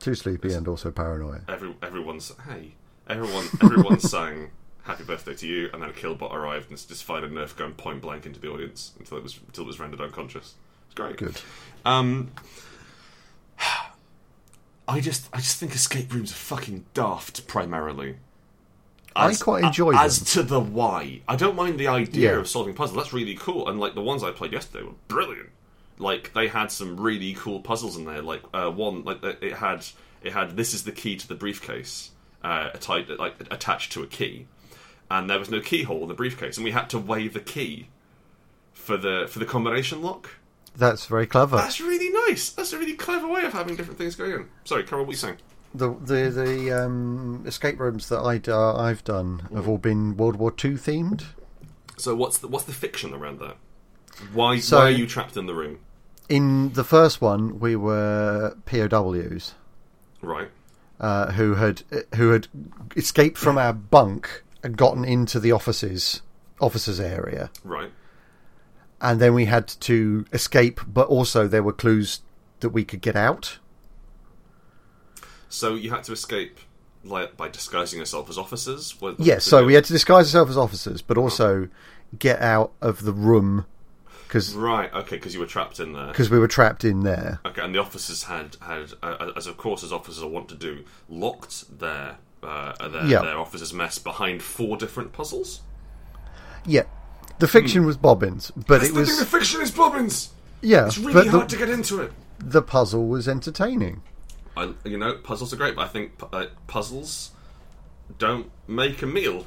[SPEAKER 2] Too sleepy and also paranoia.
[SPEAKER 1] Every everyone's hey, everyone everyone sang "Happy Birthday to You," and then a killbot arrived and just fired a Nerf gun point blank into the audience until it was until it was rendered unconscious. It's great.
[SPEAKER 2] Good.
[SPEAKER 1] Um, I just I just think escape rooms are fucking daft primarily.
[SPEAKER 2] I quite enjoy
[SPEAKER 1] a- as
[SPEAKER 2] them.
[SPEAKER 1] to the why. I don't mind the idea
[SPEAKER 2] Yeah.
[SPEAKER 1] of solving puzzles. That's really cool. And like the ones I played yesterday were brilliant. Like they had some really cool puzzles in there. Like uh, one, like uh, it had it had this is the key to the briefcase, uh, tied, like attached to a key, and there was no keyhole in the briefcase, and we had to weigh the key for the for the combination lock.
[SPEAKER 2] That's very clever.
[SPEAKER 1] That's really nice. That's a really clever way of having different things going on. Sorry, Carol, what are you saying?
[SPEAKER 2] The the the um, escape rooms that I uh, I've done have all been World War II themed.
[SPEAKER 1] So what's the, what's the fiction around that? Why
[SPEAKER 2] So-
[SPEAKER 1] why are you trapped in the room?
[SPEAKER 2] In the first one, we were POWs
[SPEAKER 1] Right.
[SPEAKER 2] uh, who had who had escaped from our bunk and gotten into the offices officers area,
[SPEAKER 1] Right.
[SPEAKER 2] and then we had to escape. But also, there were clues that we could get out.
[SPEAKER 1] So you had to escape like by disguising yourself as officers? Was-
[SPEAKER 2] Yes, so we had to disguise ourselves as officers, but also get out of the room because
[SPEAKER 1] Right, okay, because you were trapped in there.
[SPEAKER 2] we were trapped in there.
[SPEAKER 1] Okay, and the officers had had uh, as of course as officers want to do, locked their uh, their,
[SPEAKER 2] Yeah.
[SPEAKER 1] their officers' mess behind four different puzzles.
[SPEAKER 2] Yeah, the fiction was Bobbins, but it
[SPEAKER 1] the thing
[SPEAKER 2] was
[SPEAKER 1] with fiction is bobbins.
[SPEAKER 2] yeah,
[SPEAKER 1] It's really
[SPEAKER 2] but
[SPEAKER 1] hard to
[SPEAKER 2] the,
[SPEAKER 1] get into it.
[SPEAKER 2] the puzzle was entertaining.
[SPEAKER 1] I, you know, puzzles are great, but I think pu- uh, puzzles don't make a meal.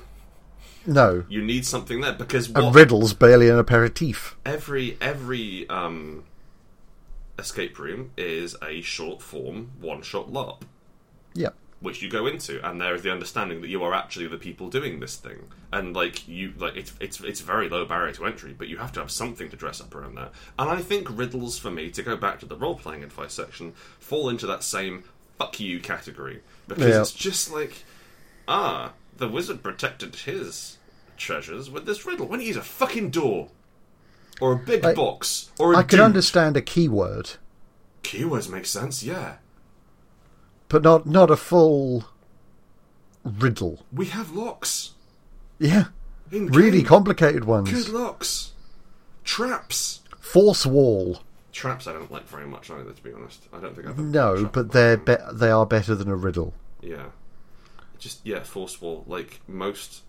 [SPEAKER 2] No,
[SPEAKER 1] You need something there because
[SPEAKER 2] and
[SPEAKER 1] what
[SPEAKER 2] riddles barely an aperitif.
[SPEAKER 1] every every um, escape room is a short form one shot LARP,
[SPEAKER 2] Yeah,
[SPEAKER 1] which you go into, and there is the understanding that you are actually the people doing this thing, and like you like it's it's it's very low barrier to entry, but you have to have something to dress up around that. And I think riddles for me to go back to the role playing advice section fall into that same fuck you category because
[SPEAKER 2] Yeah.
[SPEAKER 1] it's just like. Ah, the wizard protected his treasures with this riddle. Why don't you use a fucking door? Or a big box? Or a
[SPEAKER 2] I could
[SPEAKER 1] dude?
[SPEAKER 2] understand a keyword,
[SPEAKER 1] Keywords make sense, yeah.
[SPEAKER 2] but not not a full riddle.
[SPEAKER 1] We have locks.
[SPEAKER 2] Yeah,
[SPEAKER 1] In
[SPEAKER 2] really
[SPEAKER 1] game.
[SPEAKER 2] complicated
[SPEAKER 1] Good
[SPEAKER 2] ones.
[SPEAKER 1] locks. Traps.
[SPEAKER 2] Force wall.
[SPEAKER 1] Traps I don't like very much either, to be honest. I don't think I've ever
[SPEAKER 2] No,
[SPEAKER 1] trap
[SPEAKER 2] but
[SPEAKER 1] before.
[SPEAKER 2] they're be- they are better than a riddle.
[SPEAKER 1] Yeah. Just yeah, force wall. Like most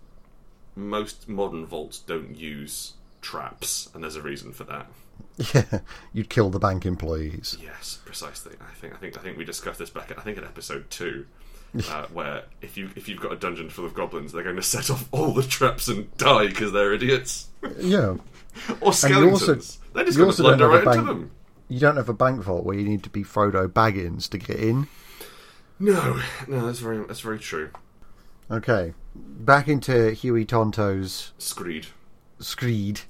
[SPEAKER 1] most modern vaults don't use traps, and there's a reason for that.
[SPEAKER 2] Yeah, you'd kill the bank employees.
[SPEAKER 1] Yes, precisely. I think I think I think we discussed this back. I think in episode two, uh, where if you if you've got a dungeon full of goblins, they're going to set off all the traps and die because they're idiots
[SPEAKER 2] Yeah,
[SPEAKER 1] or
[SPEAKER 2] you also-
[SPEAKER 1] skeletons. they're just
[SPEAKER 2] you
[SPEAKER 1] going to
[SPEAKER 2] also
[SPEAKER 1] blunder
[SPEAKER 2] don't
[SPEAKER 1] right
[SPEAKER 2] have a
[SPEAKER 1] into
[SPEAKER 2] bank.
[SPEAKER 1] them.
[SPEAKER 2] you don't have a bank vault where you need to be Frodo Baggins to get in.
[SPEAKER 1] No, no, that's very that's very true.
[SPEAKER 2] Okay, back into Huey Tonto's
[SPEAKER 1] Screed.
[SPEAKER 2] screed,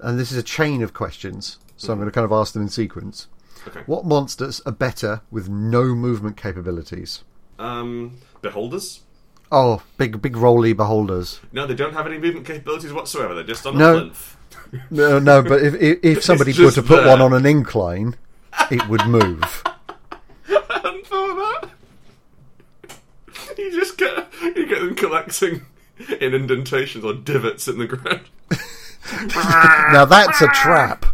[SPEAKER 2] and this is a chain of questions. So I'm going to kind of ask them in sequence.
[SPEAKER 1] Mm-hmm. Okay.
[SPEAKER 2] What monsters are better with no movement capabilities?
[SPEAKER 1] Um, beholders.
[SPEAKER 2] Oh, big big roly beholders.
[SPEAKER 1] No, they don't have any movement capabilities whatsoever. They're just on a
[SPEAKER 2] No.
[SPEAKER 1] plinth.
[SPEAKER 2] No, no, but if if, if somebody were
[SPEAKER 1] just
[SPEAKER 2] to put
[SPEAKER 1] there.
[SPEAKER 2] one on an incline, it would move.
[SPEAKER 1] I hadn't thought of that. You just get you get them collecting in indentations or divots in the ground.
[SPEAKER 2] now that's a trap.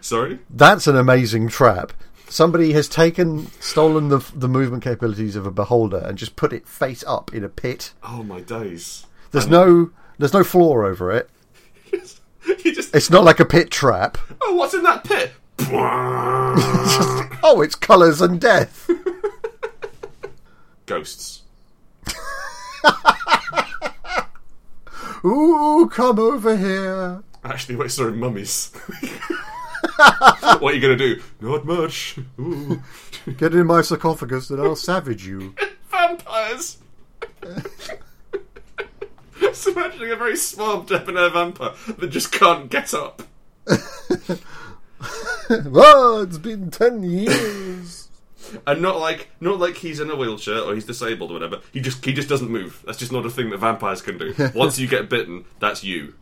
[SPEAKER 1] Sorry.
[SPEAKER 2] That's an amazing trap. Somebody has taken stolen the the movement capabilities of a beholder and just put it face up in a pit.
[SPEAKER 1] Oh my days.
[SPEAKER 2] There's no there's no floor over it.
[SPEAKER 1] You just
[SPEAKER 2] It's not like a pit trap.
[SPEAKER 1] oh, what's in that pit?
[SPEAKER 2] Oh, it's colours and death.
[SPEAKER 1] Ghosts.
[SPEAKER 2] Ooh, come over here.
[SPEAKER 1] Actually, wait, sorry, mummies. what are you gonna do? Not much. Ooh.
[SPEAKER 2] Get in my sarcophagus and I'll savage you.
[SPEAKER 1] Vampires. just imagining a very small debonair vampire that just can't get up.
[SPEAKER 2] Oh, it's been ten years.
[SPEAKER 1] and not like not like he's in a wheelchair or he's disabled or whatever. He just he just doesn't move. That's just not a thing that vampires can do. Once you get bitten, that's you.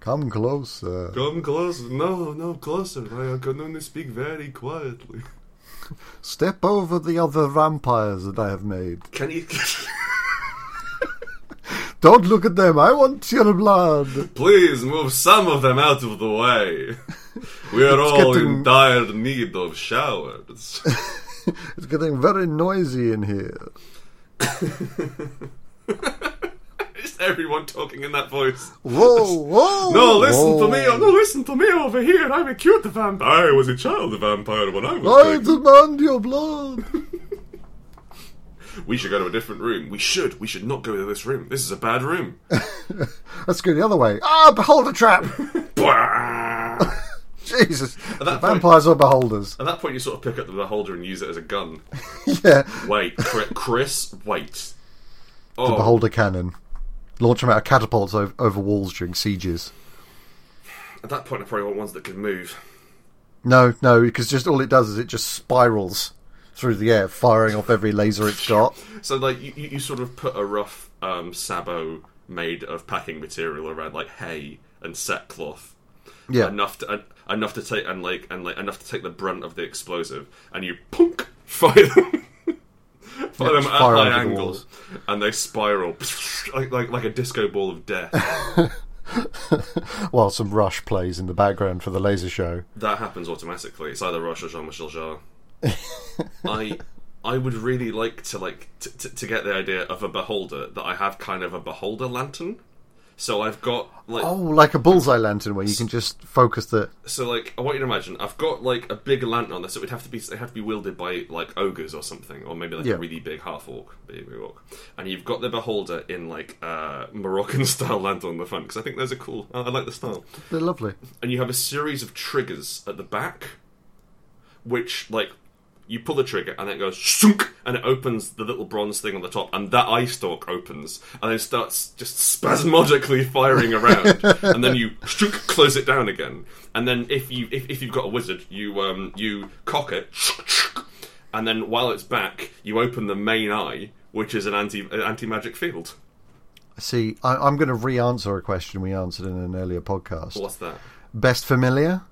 [SPEAKER 2] Come closer.
[SPEAKER 1] Come closer. No, no closer. I can only speak very quietly.
[SPEAKER 2] Step over the other vampires that I have made.
[SPEAKER 1] Can you
[SPEAKER 2] Don't look at them. I want your blood.
[SPEAKER 1] please move some of them out of the way? We are all in
[SPEAKER 2] getting-
[SPEAKER 1] dire need of showers.
[SPEAKER 2] It's getting very noisy in here.
[SPEAKER 1] Is everyone talking in that voice?
[SPEAKER 2] Whoa, whoa.
[SPEAKER 1] No, listen
[SPEAKER 2] whoa.
[SPEAKER 1] to me. Oh, no, listen to me over here. I'm a cute vampire. I was a child vampire when I was.
[SPEAKER 2] I
[SPEAKER 1] big.
[SPEAKER 2] demand your blood.
[SPEAKER 1] We should go to a different room. We should. We should not go to this room. This is a bad room.
[SPEAKER 2] Let's go the other way. Ah, behold a trap.
[SPEAKER 1] At
[SPEAKER 2] Jesus. The
[SPEAKER 1] point-
[SPEAKER 2] vampires are beholders.
[SPEAKER 1] that point, you sort of pick up the beholder and use it as a gun.
[SPEAKER 2] Yeah.
[SPEAKER 1] Wait, Chri- Chris, wait. Oh,
[SPEAKER 2] Beholder cannon. Launch them out of catapults over, over walls during sieges.
[SPEAKER 1] at that point, I probably want ones that can move.
[SPEAKER 2] No, no, because just all it does is it just spirals through the air, firing off every laser it's got.
[SPEAKER 1] So, like, you, you you sort of put a rough um, sabot made of packing material around, like hay and sackcloth,
[SPEAKER 2] Yeah.
[SPEAKER 1] enough to en- enough to take and like and like enough to take the brunt of the explosive, and you punk fire them, fire them
[SPEAKER 2] just
[SPEAKER 1] at
[SPEAKER 2] fire
[SPEAKER 1] high
[SPEAKER 2] over the
[SPEAKER 1] angles,
[SPEAKER 2] walls.
[SPEAKER 1] and they spiral like like like a disco ball of death.
[SPEAKER 2] While some Rush plays in the background for the laser show.
[SPEAKER 1] that happens automatically. It's either Rosh or Jean Michel Jarre. I I would really like to like t- t- to get the idea of a beholder that I have kind of a beholder lantern. So I've got like
[SPEAKER 2] Oh, like a bullseye lantern where you can just focus the.
[SPEAKER 1] so like I want you to imagine I've got like a big lantern that so it would have to be they have to be wielded by like ogres or something or maybe like
[SPEAKER 2] Yeah.
[SPEAKER 1] a really big half orc big orc and you've got the beholder in like uh, Moroccan style lantern on the front because I think those are cool I, I like the style
[SPEAKER 2] They're lovely.
[SPEAKER 1] and you have a series of triggers at the back, which like you pull the trigger and it goes shunk and it opens the little bronze thing on the top and that eye stalk opens and then starts just spasmodically firing around and then you shunk, close it down again and then if you if, if you've got a wizard you um you cock it shunk, shunk, and then while it's back you open the main eye which is an anti anti magic field
[SPEAKER 2] See, I, I'm going to re answer a question we answered in an earlier podcast.
[SPEAKER 1] what's that
[SPEAKER 2] Best familiar?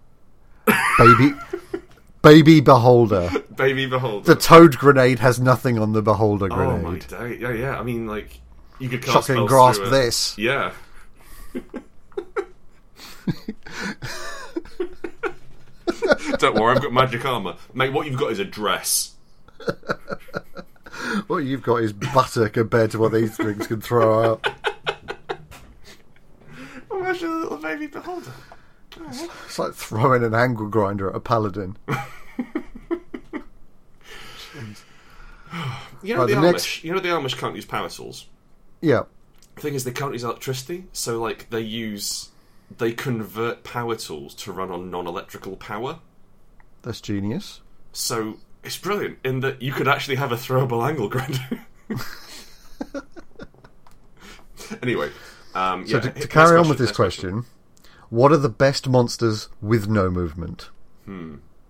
[SPEAKER 2] Baby. Baby Beholder.
[SPEAKER 1] baby behold
[SPEAKER 2] The toad grenade has nothing on the Beholder
[SPEAKER 1] Oh my
[SPEAKER 2] grenade.
[SPEAKER 1] day! Yeah, yeah. I mean, like you could cast
[SPEAKER 2] Shocking
[SPEAKER 1] spells
[SPEAKER 2] grasp
[SPEAKER 1] through it.
[SPEAKER 2] this.
[SPEAKER 1] Yeah, don't worry. I've got magic armor, mate. What you've got is a dress.
[SPEAKER 2] What you've got is butter compared to what these things can throw out.
[SPEAKER 1] Imagine a little baby beholder.
[SPEAKER 2] It's like throwing an angle grinder at a paladin.
[SPEAKER 1] You know
[SPEAKER 2] Right,
[SPEAKER 1] the,
[SPEAKER 2] the
[SPEAKER 1] Amish.
[SPEAKER 2] next-
[SPEAKER 1] You know the Amish can't use power tools.
[SPEAKER 2] Yeah.
[SPEAKER 1] The thing is, they can't use electricity, so like they use they convert power tools to run on non-electrical power.
[SPEAKER 2] That's genius.
[SPEAKER 1] So it's brilliant in that you could actually have a throwable angle grinder. anyway, um,
[SPEAKER 2] So
[SPEAKER 1] yeah,
[SPEAKER 2] to,
[SPEAKER 1] hit-
[SPEAKER 2] to
[SPEAKER 1] next
[SPEAKER 2] carry on with this
[SPEAKER 1] next
[SPEAKER 2] question, what are the best monsters with no movement?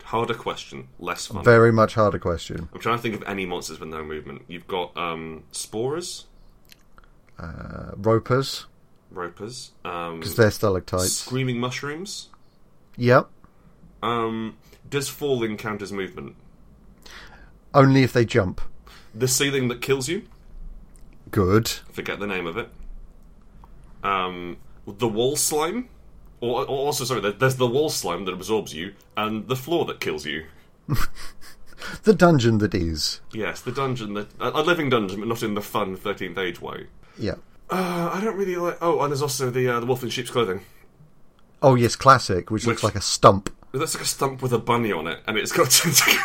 [SPEAKER 1] harder question, less fun.
[SPEAKER 2] Very much harder question.
[SPEAKER 1] I'm trying to think of any monsters with no movement. You've got um, spores,
[SPEAKER 2] Uh, ropers,
[SPEAKER 1] ropers, um,
[SPEAKER 2] because they're stalactites.
[SPEAKER 1] screaming mushrooms.
[SPEAKER 2] Yep.
[SPEAKER 1] Um, does falling count as movement?
[SPEAKER 2] Only if they jump.
[SPEAKER 1] The ceiling that kills you.
[SPEAKER 2] Good.
[SPEAKER 1] Forget the name of it. Um, the wall slime. Or, or also, sorry, there- there's the wall slime that absorbs you, and the floor that kills you.
[SPEAKER 2] The dungeon that is.
[SPEAKER 1] Yes, the dungeon, that a a living dungeon, but not in the fun 13th Age way.
[SPEAKER 2] Yeah.
[SPEAKER 1] Uh, I don't really like. Oh, and there's also the uh, the wolf in sheep's clothing.
[SPEAKER 2] Oh yes, classic, which, looks
[SPEAKER 1] Which-
[SPEAKER 2] like a stump.
[SPEAKER 1] That's like a stump with a bunny on it, and it's got tentacles.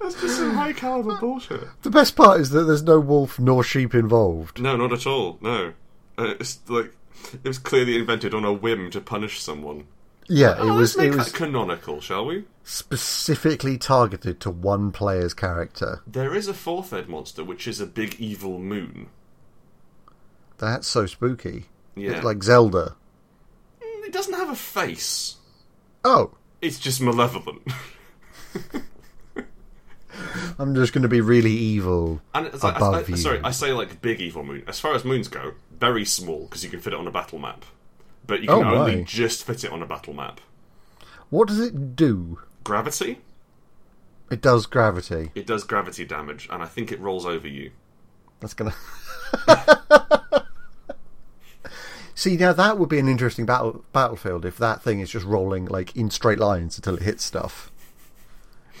[SPEAKER 1] That's just some high caliber bullshit.
[SPEAKER 2] The best part is that there's no wolf nor sheep involved.
[SPEAKER 1] No, not at all. No, uh, it's like it was clearly invented on a whim to punish someone.
[SPEAKER 2] Yeah, it
[SPEAKER 1] Oh, let's
[SPEAKER 2] was it
[SPEAKER 1] make
[SPEAKER 2] was
[SPEAKER 1] that canonical, shall we?
[SPEAKER 2] specifically targeted to one player's character.
[SPEAKER 1] There is a fourth Ed monster, which is a big evil moon.
[SPEAKER 2] That's so spooky.
[SPEAKER 1] Yeah,
[SPEAKER 2] It's like Zelda.
[SPEAKER 1] Mm, it doesn't have a face.
[SPEAKER 2] Oh,
[SPEAKER 1] It's just malevolent.
[SPEAKER 2] I'm just going to be really evil.
[SPEAKER 1] And it's like,
[SPEAKER 2] Above
[SPEAKER 1] I, I,
[SPEAKER 2] you.
[SPEAKER 1] sorry, I say like big evil moon. As far as moons go, very small because you can fit it on a battle map, but you can
[SPEAKER 2] Oh,
[SPEAKER 1] only
[SPEAKER 2] my.
[SPEAKER 1] just fit it on a battle map.
[SPEAKER 2] What does it do?
[SPEAKER 1] Gravity,
[SPEAKER 2] It does gravity.
[SPEAKER 1] it does gravity damage, and I think it rolls over you.
[SPEAKER 2] That's gonna. See now that would be an interesting battle battlefield if that thing is just rolling like in straight lines until it hits stuff,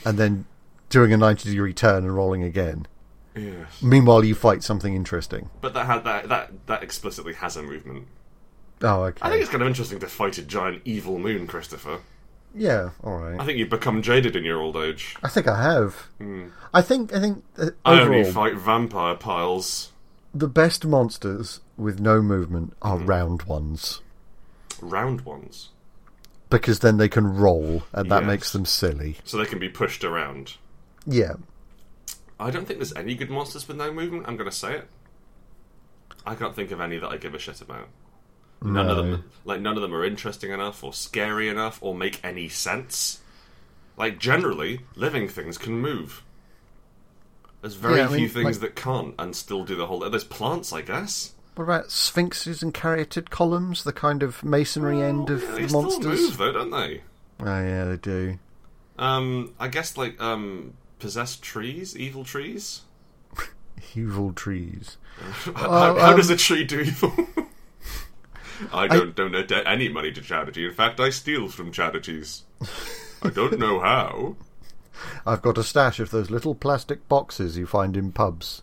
[SPEAKER 2] and then doing a ninety degree turn and rolling again.
[SPEAKER 1] Yes,
[SPEAKER 2] Meanwhile, you fight something interesting.
[SPEAKER 1] but that had that that that explicitly has a movement.
[SPEAKER 2] Oh,
[SPEAKER 1] I think
[SPEAKER 2] okay.
[SPEAKER 1] it's kind of interesting to fight a giant evil moon, Christopher.
[SPEAKER 2] Yeah, all
[SPEAKER 1] I
[SPEAKER 2] right.
[SPEAKER 1] think you've become jaded in your old age.
[SPEAKER 2] I think I have. I think I think uh,
[SPEAKER 1] Hmm. I
[SPEAKER 2] overall
[SPEAKER 1] only fight vampire piles.
[SPEAKER 2] the best monsters with no movement are
[SPEAKER 1] Hmm.
[SPEAKER 2] round ones
[SPEAKER 1] Round ones,
[SPEAKER 2] because then they can roll and that
[SPEAKER 1] Yes.
[SPEAKER 2] makes them silly.
[SPEAKER 1] so they can be pushed around.
[SPEAKER 2] Yeah.
[SPEAKER 1] I don't think there's any good monsters with no movement. I'm going to say it. I can't think of any that I give a shit about. None of them, like none of them, are interesting enough or scary enough or make any sense. Like generally, living things can move. There's very
[SPEAKER 2] Yeah, I
[SPEAKER 1] few
[SPEAKER 2] mean,
[SPEAKER 1] things
[SPEAKER 2] like-
[SPEAKER 1] that can't and still do the whole. There's plants, I guess.
[SPEAKER 2] What about sphinxes and caryatid columns, the kind of masonry end of
[SPEAKER 1] They still
[SPEAKER 2] monsters?
[SPEAKER 1] move though, don't they?
[SPEAKER 2] Oh yeah, they do.
[SPEAKER 1] Um, I guess like um, possessed trees, evil trees.
[SPEAKER 2] Evil trees.
[SPEAKER 1] How, how- how
[SPEAKER 2] um,
[SPEAKER 1] does a tree do evil? I don't donate any money to charity. In fact, I steal from charities. I don't know how.
[SPEAKER 2] I've got a stash of those little plastic boxes you find in pubs.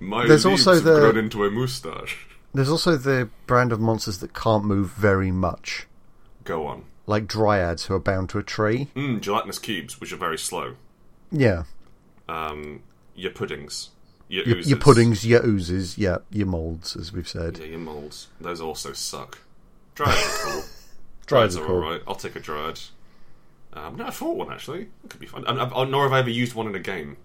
[SPEAKER 1] My
[SPEAKER 2] There's
[SPEAKER 1] leaves
[SPEAKER 2] also
[SPEAKER 1] have
[SPEAKER 2] the-
[SPEAKER 1] grown into a moustache.
[SPEAKER 2] There's also the brand of monsters that can't move very much,
[SPEAKER 1] Go on.
[SPEAKER 2] like dryads who are bound to a tree.
[SPEAKER 1] Mm, gelatinous cubes, which are very slow.
[SPEAKER 2] Yeah,
[SPEAKER 1] Um, your puddings. Your,
[SPEAKER 2] your,
[SPEAKER 1] oozes.
[SPEAKER 2] your puddings, your oozes, yeah, your molds, as we've said.
[SPEAKER 1] Yeah, your moulds. Those also suck. Dryads are cool.
[SPEAKER 2] Dryads
[SPEAKER 1] are
[SPEAKER 2] are cool.
[SPEAKER 1] alright. I'll take a dryad. Um, no, I fought one actually. It could be fun. And, and, nor have I ever used one in a game.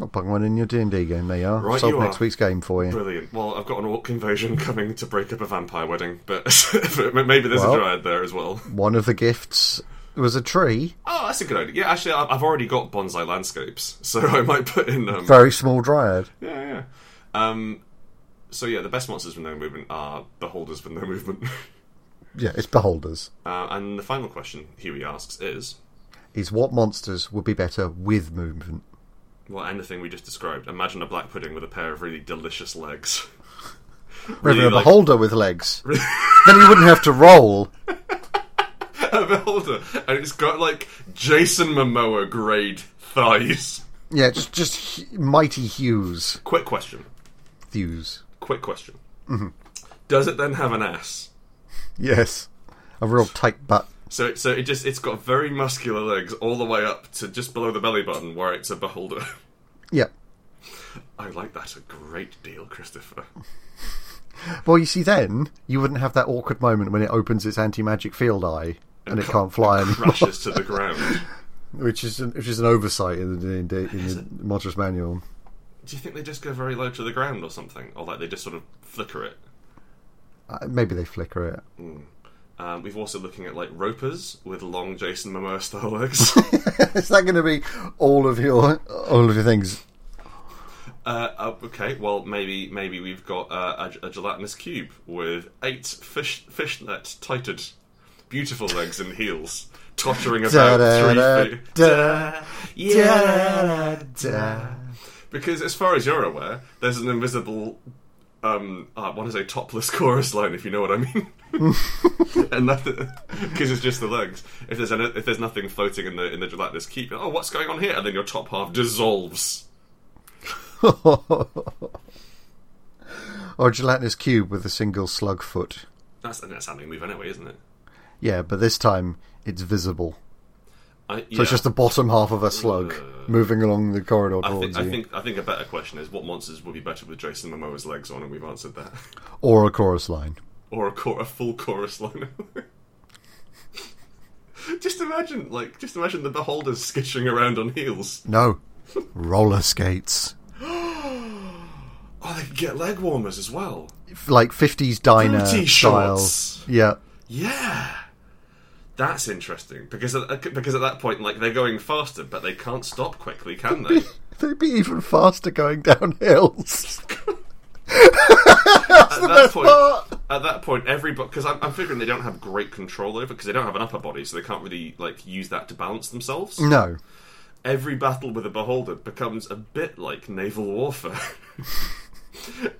[SPEAKER 2] I'll bung one in your D and D game. There you are.
[SPEAKER 1] Right
[SPEAKER 2] Solve
[SPEAKER 1] you
[SPEAKER 2] next
[SPEAKER 1] are.
[SPEAKER 2] week's game for you.
[SPEAKER 1] Brilliant. Well, I've got an orc invasion coming to break up a vampire wedding, but but maybe there's
[SPEAKER 2] Well.
[SPEAKER 1] a dryad there as well.
[SPEAKER 2] One of the gifts was a tree.
[SPEAKER 1] Oh, that's a good idea. Yeah, actually, I- I've already got bonsai landscapes, so I might put in um,
[SPEAKER 2] Very small dryad.
[SPEAKER 1] yeah, yeah. Um, so yeah, the best monsters with no movement are beholders with no movement.
[SPEAKER 2] Yeah, it's beholders.
[SPEAKER 1] Uh, and the final question Huey asks is,
[SPEAKER 2] is what monsters would be better with movement.
[SPEAKER 1] well, anything we just described. Imagine a black pudding with a pair of really delicious legs.
[SPEAKER 2] Rather
[SPEAKER 1] Really,
[SPEAKER 2] than a
[SPEAKER 1] like-
[SPEAKER 2] beholder with legs. then you wouldn't have to roll.
[SPEAKER 1] a beholder, and it's got like Jason Momoa grade thighs.
[SPEAKER 2] Yeah, just just hu- mighty hues.
[SPEAKER 1] Quick question.
[SPEAKER 2] Thews.
[SPEAKER 1] Quick question. Does it then have an ass?
[SPEAKER 2] Yes. A real tight butt.
[SPEAKER 1] So, it, so it just it's got very muscular legs all the way up to just below the belly button, where it's a beholder.
[SPEAKER 2] Yeah.
[SPEAKER 1] I like that a great deal, Christopher.
[SPEAKER 2] Well, you see, then you wouldn't have that awkward moment when it opens its anti-magic field eye and it can't fly anymore,
[SPEAKER 1] Crashes to the ground.
[SPEAKER 2] which is an, which is an oversight in the in the, in the monstrous manual.
[SPEAKER 1] Do you think they just go very low to the ground or something, or like they just sort of flicker it?
[SPEAKER 2] Uh, maybe they flicker it.
[SPEAKER 1] Um, we've also looking at like ropers with long Jason Momoa style legs.
[SPEAKER 2] Is that going to be all of your all of your things?
[SPEAKER 1] Uh, uh, okay, well maybe maybe we've got uh, a, a gelatinous cube with eight fish fishnet tighted, beautiful legs and heels, tottering about
[SPEAKER 2] Da-da-da,
[SPEAKER 1] three feet.
[SPEAKER 2] da,
[SPEAKER 1] yeah.
[SPEAKER 2] da.
[SPEAKER 1] Because as far as you're aware, there's an invisible. Um, I want to say topless chorus line, if you know what I mean, and because it's just the legs. If there's any, if there's nothing floating in the in the gelatinous cube, oh, what's going on here? And then your top half dissolves.
[SPEAKER 2] or a gelatinous cube with a single slug foot.
[SPEAKER 1] That's that's something move anyway, isn't it?
[SPEAKER 2] Yeah, but this time it's visible.
[SPEAKER 1] I,
[SPEAKER 2] So it's just the bottom half of a slug moving along the corridor
[SPEAKER 1] Uh, I think,
[SPEAKER 2] towards
[SPEAKER 1] I
[SPEAKER 2] you,
[SPEAKER 1] think I think a better question is what monsters would be better with Jason Momoa's legs on, and we've answered that,
[SPEAKER 2] or a chorus line.
[SPEAKER 1] or a, chor- a full chorus line. just imagine, like, just imagine the beholders skitching around on heels.
[SPEAKER 2] No, roller skates,
[SPEAKER 1] Oh, they could get leg warmers as well.
[SPEAKER 2] F- like fifties diner
[SPEAKER 1] Booty
[SPEAKER 2] style.
[SPEAKER 1] shorts.
[SPEAKER 2] Yeah,
[SPEAKER 1] Yeah, that's interesting because at, uh, because at that point, like, they're going faster, but they can't stop quickly, can they?
[SPEAKER 2] they'd be even faster going down hills.
[SPEAKER 1] at that point,
[SPEAKER 2] part.
[SPEAKER 1] at that point, everybody because I'm, I'm figuring they don't have great control over because they don't have an upper body, so they can't really like use that to balance themselves.
[SPEAKER 2] No,
[SPEAKER 1] Every battle with a beholder becomes a bit like naval warfare.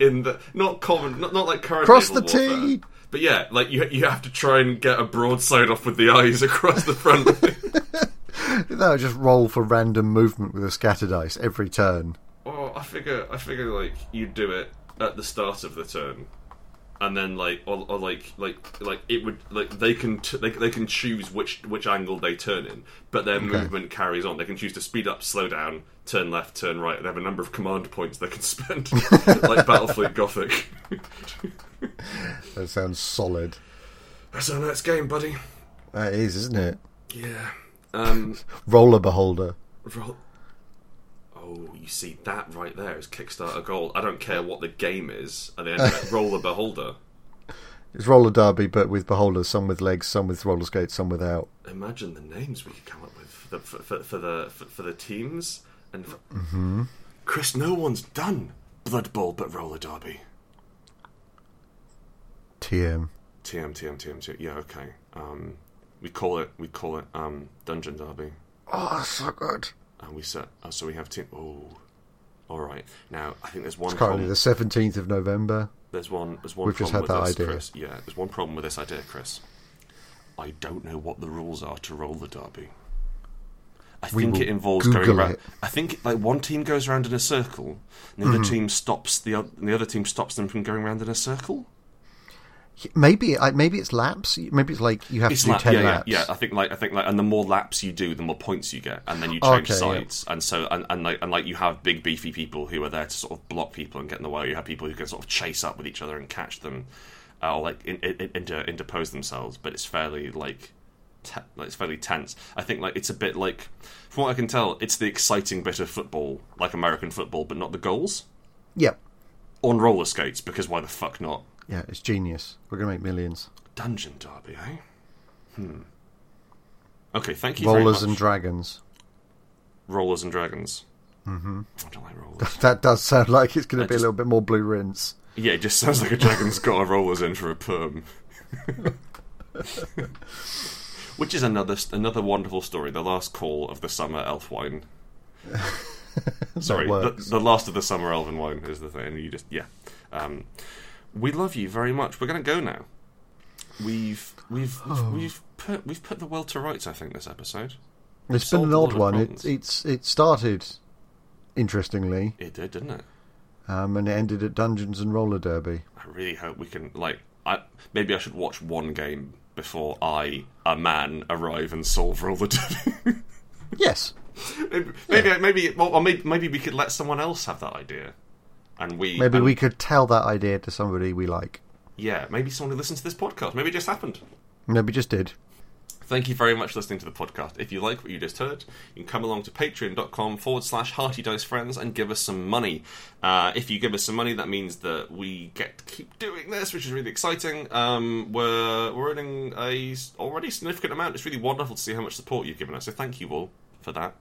[SPEAKER 1] In the not common, not, not like current
[SPEAKER 2] Cross
[SPEAKER 1] naval
[SPEAKER 2] the T.
[SPEAKER 1] warfare. but yeah, like you you have to try and get a broadside off with the eyes across the front.
[SPEAKER 2] that would just roll for random movement with a scatter dice every turn.
[SPEAKER 1] Oh, I figure, I figure, like you do it at the start of the turn, and then like, or, or like, like, like it would, like they can, t- they, they can choose which which angle they turn in, but their movement carries on. They can choose to speed up, slow down, turn left, turn right. They have a number of command points they can spend, like Battlefleet Gothic.
[SPEAKER 2] That sounds solid.
[SPEAKER 1] That's our next game, buddy.
[SPEAKER 2] That is, isn't it?
[SPEAKER 1] Yeah. Um.
[SPEAKER 2] Roller beholder.
[SPEAKER 1] Roll. Oh, you see that right there is Kickstarter gold. I don't care what the game is. At the end of it, roll the beholder.
[SPEAKER 2] It's roller derby, but with beholders. Some with legs, some with roller skates, some without.
[SPEAKER 1] imagine the names we could come up with for the for, for, for the for, for the teams and for... Chris. No one's done Blood Bowl but roller derby.
[SPEAKER 2] TM.
[SPEAKER 1] TM TM TM TM. Yeah, okay. Um, we call it we call it um dungeon derby,
[SPEAKER 2] Oh, that's so good.
[SPEAKER 1] and we set. Oh, so we have team. Oh, all right. Now I think there's one.
[SPEAKER 2] Currently,
[SPEAKER 1] problem-
[SPEAKER 2] the seventeenth of November.
[SPEAKER 1] There's one. There's one.
[SPEAKER 2] We've just
[SPEAKER 1] problem
[SPEAKER 2] had
[SPEAKER 1] with
[SPEAKER 2] that
[SPEAKER 1] this,
[SPEAKER 2] idea.
[SPEAKER 1] Chris. Yeah, there's one problem with this idea, Chris. I don't know what the rules are to roll the derby. I
[SPEAKER 2] We
[SPEAKER 1] think
[SPEAKER 2] will
[SPEAKER 1] it involves
[SPEAKER 2] Google
[SPEAKER 1] going around.
[SPEAKER 2] it.
[SPEAKER 1] I think like one team goes around in a circle, and the other
[SPEAKER 2] Mm-hmm.
[SPEAKER 1] team stops the other, the other team stops them from going around in a circle.
[SPEAKER 2] Maybe, I- maybe it's laps. Maybe it's like you have
[SPEAKER 1] It's
[SPEAKER 2] to do
[SPEAKER 1] lap,
[SPEAKER 2] ten
[SPEAKER 1] yeah,
[SPEAKER 2] laps.
[SPEAKER 1] yeah, yeah. I think like I think like, and the more laps you do, the more points you get, and then you change
[SPEAKER 2] Okay, yeah.
[SPEAKER 1] sides, and so and, and like and like you have big beefy people who are there to sort of block people and get in the way. You have people who can sort of chase up with each other and catch them, uh, or like in, in, in, inter, interpose themselves. But it's fairly like. Te- like it's fairly tense. I think like it's a bit like, from what I can tell, it's the exciting bit of football, like American football, but not the goals
[SPEAKER 2] Yep.
[SPEAKER 1] on roller skates. Because why the fuck not?
[SPEAKER 2] Yeah, it's genius. We're gonna make millions.
[SPEAKER 1] Dungeon derby, eh? Hmm. Okay, thank you. very
[SPEAKER 2] Rollers
[SPEAKER 1] much.
[SPEAKER 2] and dragons.
[SPEAKER 1] Rollers and Dragons. Mm-hmm. I don't like rollers.
[SPEAKER 2] That does sound like it's gonna
[SPEAKER 1] I
[SPEAKER 2] be
[SPEAKER 1] just-
[SPEAKER 2] a little bit more blue rinse.
[SPEAKER 1] yeah, it just sounds like a dragon's got a rollers in for a perm. Which is another another wonderful story. The last call of the summer elf wine. Sorry, the,
[SPEAKER 2] works.
[SPEAKER 1] the last of the summer elven wine is the thing. You just yeah. Um, we love you very much. We're going to go now. We've we've we've, we've put we've put the world to rights. I think this episode.
[SPEAKER 2] It's been
[SPEAKER 1] solved
[SPEAKER 2] an
[SPEAKER 1] a lot
[SPEAKER 2] odd
[SPEAKER 1] of
[SPEAKER 2] one.
[SPEAKER 1] problems.
[SPEAKER 2] It, it's it started interestingly,
[SPEAKER 1] It did, didn't it?
[SPEAKER 2] um, and it ended at Dungeons and Roller Derby.
[SPEAKER 1] I really hope we can like I maybe I should watch one game before I, a man, arrive and solve roll the derby.
[SPEAKER 2] Yes.
[SPEAKER 1] maybe maybe, maybe well, or maybe maybe we could let someone else have that idea. And we
[SPEAKER 2] Maybe
[SPEAKER 1] and-
[SPEAKER 2] we could tell that idea to somebody we like.
[SPEAKER 1] Yeah, maybe someone who listens to this podcast. Maybe it just happened.
[SPEAKER 2] Maybe just did.
[SPEAKER 1] Thank you very much for listening to the podcast. If you like what you just heard, you can come along to patreon.com forward slash hearty dice friends and give us some money. Uh, if you give us some money, that means that we get to keep doing this, which is really exciting. Um, we're, we're earning a s- already significant amount. It's really wonderful to see how much support you've given us. So thank you all for that.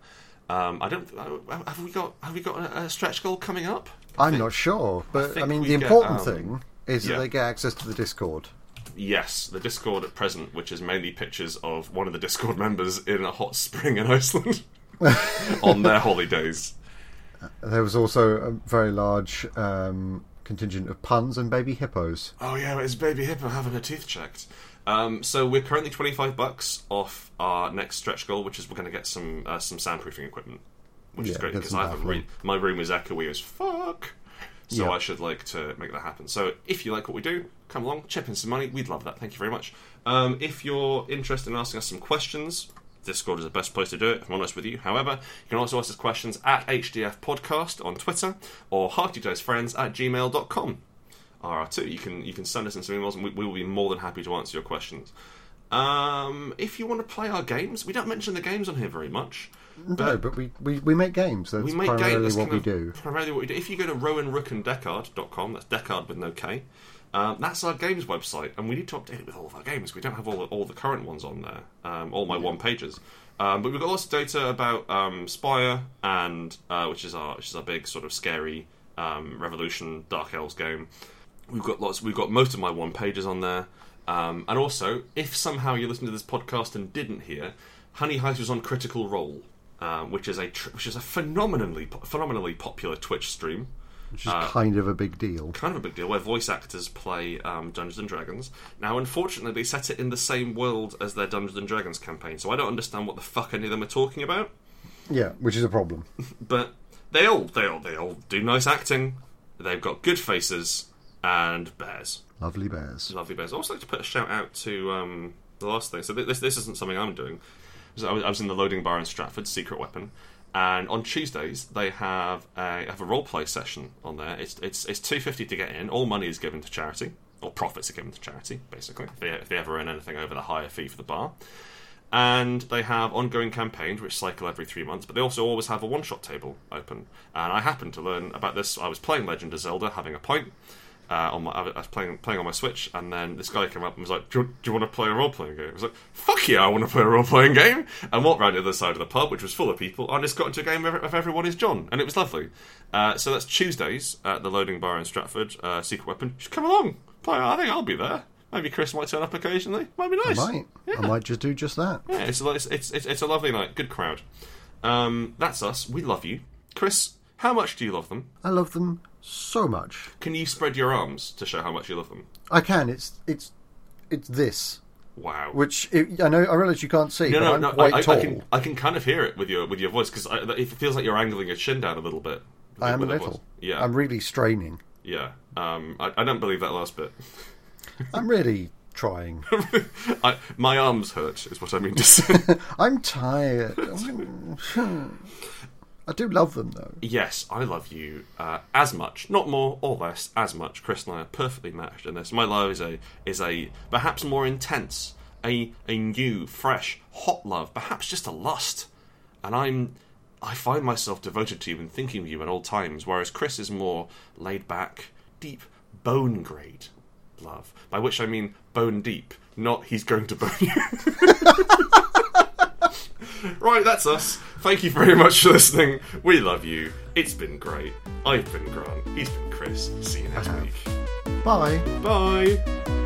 [SPEAKER 1] Um, I don't I- have we got have we got a, a stretch goal coming up?
[SPEAKER 2] I'm not sure, but I,
[SPEAKER 1] think
[SPEAKER 2] mean,
[SPEAKER 1] we
[SPEAKER 2] the
[SPEAKER 1] get,
[SPEAKER 2] important
[SPEAKER 1] um,
[SPEAKER 2] thing is
[SPEAKER 1] yeah.
[SPEAKER 2] that they get access to the Discord.
[SPEAKER 1] Yes, the Discord at present, which is mainly pictures of one of the Discord members in a hot spring in Iceland on their holidays.
[SPEAKER 2] There was also a very large um, contingent of puns and baby hippos.
[SPEAKER 1] Oh yeah, it's baby hippo having her teeth checked. Um, so we're currently twenty five bucks off our next stretch goal, which is we're going to get some uh, some soundproofing equipment, which is
[SPEAKER 2] Yeah,
[SPEAKER 1] great
[SPEAKER 2] get
[SPEAKER 1] because
[SPEAKER 2] some
[SPEAKER 1] I have a
[SPEAKER 2] baffling.
[SPEAKER 1] room. My room is echoey as fuck, so
[SPEAKER 2] Yeah.
[SPEAKER 1] I should like to make that happen. So if you like what we do, come along, chip in some money. We'd love that. Thank you very much. Um, if you're interested in asking us some questions. Discord is the best place to do it, if I'm honest with you. However, you can also ask us questions at HDF Podcast on Twitter or heartydosefriends at gmail.com. RR2. You can you can send us in some emails, and we, we will be more than happy to answer your questions. Um, if you want to play our games, we don't mention the games on here very much.
[SPEAKER 2] No, but we, we, we make games. That's
[SPEAKER 1] We make
[SPEAKER 2] primarily
[SPEAKER 1] games. that's
[SPEAKER 2] what
[SPEAKER 1] kind
[SPEAKER 2] we
[SPEAKER 1] of Ah.
[SPEAKER 2] do.
[SPEAKER 1] Primarily what we do. If you go to rowanrookanddeckard.com, that's Deckard with no K. Um, that's our games website, and we need to update it with all of our games. We don't have all the, all the current ones on there, um, all my one pages. Um, but we've got lots of data about um, Spire, and uh, which is our which is our big sort of scary um, revolution Dark Elves game. We've got lots. We've got most of my one pages on there. Um, and also, if somehow you listened to this podcast and didn't hear, Honey Heist was on Critical Role, um, which is a tr- which is a phenomenally po- phenomenally popular Twitch stream.
[SPEAKER 2] Which is kind of a big deal.
[SPEAKER 1] Kind of a big deal where voice actors play um, Dungeons and Dragons. Now, unfortunately, they set it in the same world as their Dungeons and Dragons campaign, so I don't understand what the fuck any of them are talking about.
[SPEAKER 2] Yeah, which is a problem.
[SPEAKER 1] But they all they all they all do nice acting. They've got good faces and bears.
[SPEAKER 2] Lovely bears.
[SPEAKER 1] lovely bears. I'd also like to put a shout out to um, the last thing. So th- this this isn't something I'm doing. So I was, I was in the loading bar in Stratford, Secret Weapon, and on Tuesdays they have a have a role play session on there. It's it's it's two fifty to get in. All money is given to charity, or profits are given to charity. Basically, if they, if they ever earn anything over the higher fee for the bar. And they have ongoing campaigns which cycle every three months, but they also always have a one shot table open. And I happened to learn about this. I was playing Legend of Zelda, having a pint, uh, on my, I was playing playing on my Switch, and then this guy came up and was like, "Do you, do you want to play a role playing game?" I was like, "Fuck yeah, I want to play a role playing game!" And walked round to the other side of the pub, which was full of people, and just got into a game of, of Everyone Is John, and it was lovely. Uh, so that's Tuesdays at the Loading Bar in Stratford. Uh, Secret Weapon, just come along, play. I think I'll be there. Maybe Chris might turn up occasionally. Might be
[SPEAKER 2] I
[SPEAKER 1] nice.
[SPEAKER 2] might. I might just do just that.
[SPEAKER 1] Yeah, it's a, lo- it's, it's it's it's a lovely night. Good crowd. Um, that's us. We love you, Chris. How much do you love them?
[SPEAKER 2] I love them so much.
[SPEAKER 1] Can you spread your arms to show how much you love them?
[SPEAKER 2] I can. It's it's it's this,
[SPEAKER 1] Wow.
[SPEAKER 2] which it, I know. I realise you can't see,
[SPEAKER 1] No,
[SPEAKER 2] but
[SPEAKER 1] no,
[SPEAKER 2] I'm
[SPEAKER 1] no.
[SPEAKER 2] quite
[SPEAKER 1] I, I,
[SPEAKER 2] tall.
[SPEAKER 1] I can I can kind of hear it with your with your voice because it feels like you're angling your chin down a little bit.
[SPEAKER 2] I am a
[SPEAKER 1] with that voice.
[SPEAKER 2] little.
[SPEAKER 1] Yeah,
[SPEAKER 2] I'm really straining.
[SPEAKER 1] yeah. Um, I, I don't believe that last bit.
[SPEAKER 2] I'm really trying.
[SPEAKER 1] I, my arms hurt, is what I mean to say.
[SPEAKER 2] I'm tired. I do love them though.
[SPEAKER 1] yes, I love you uh, as much, not more or less, as much. Chris and I are perfectly matched in this. My love is a is a perhaps more intense, a a new, fresh, hot love, perhaps just a lust. And I'm I find myself devoted to you and thinking of you at all times, whereas Chris is more laid back, deep bone grade love, by which I mean bone deep, not he's going to bone you. Right, that's us. Thank you very much for listening. We love you. It's been great. I've been Grant. He's been Chris. See you next
[SPEAKER 2] I have.
[SPEAKER 1] week.
[SPEAKER 2] Bye.
[SPEAKER 1] Bye.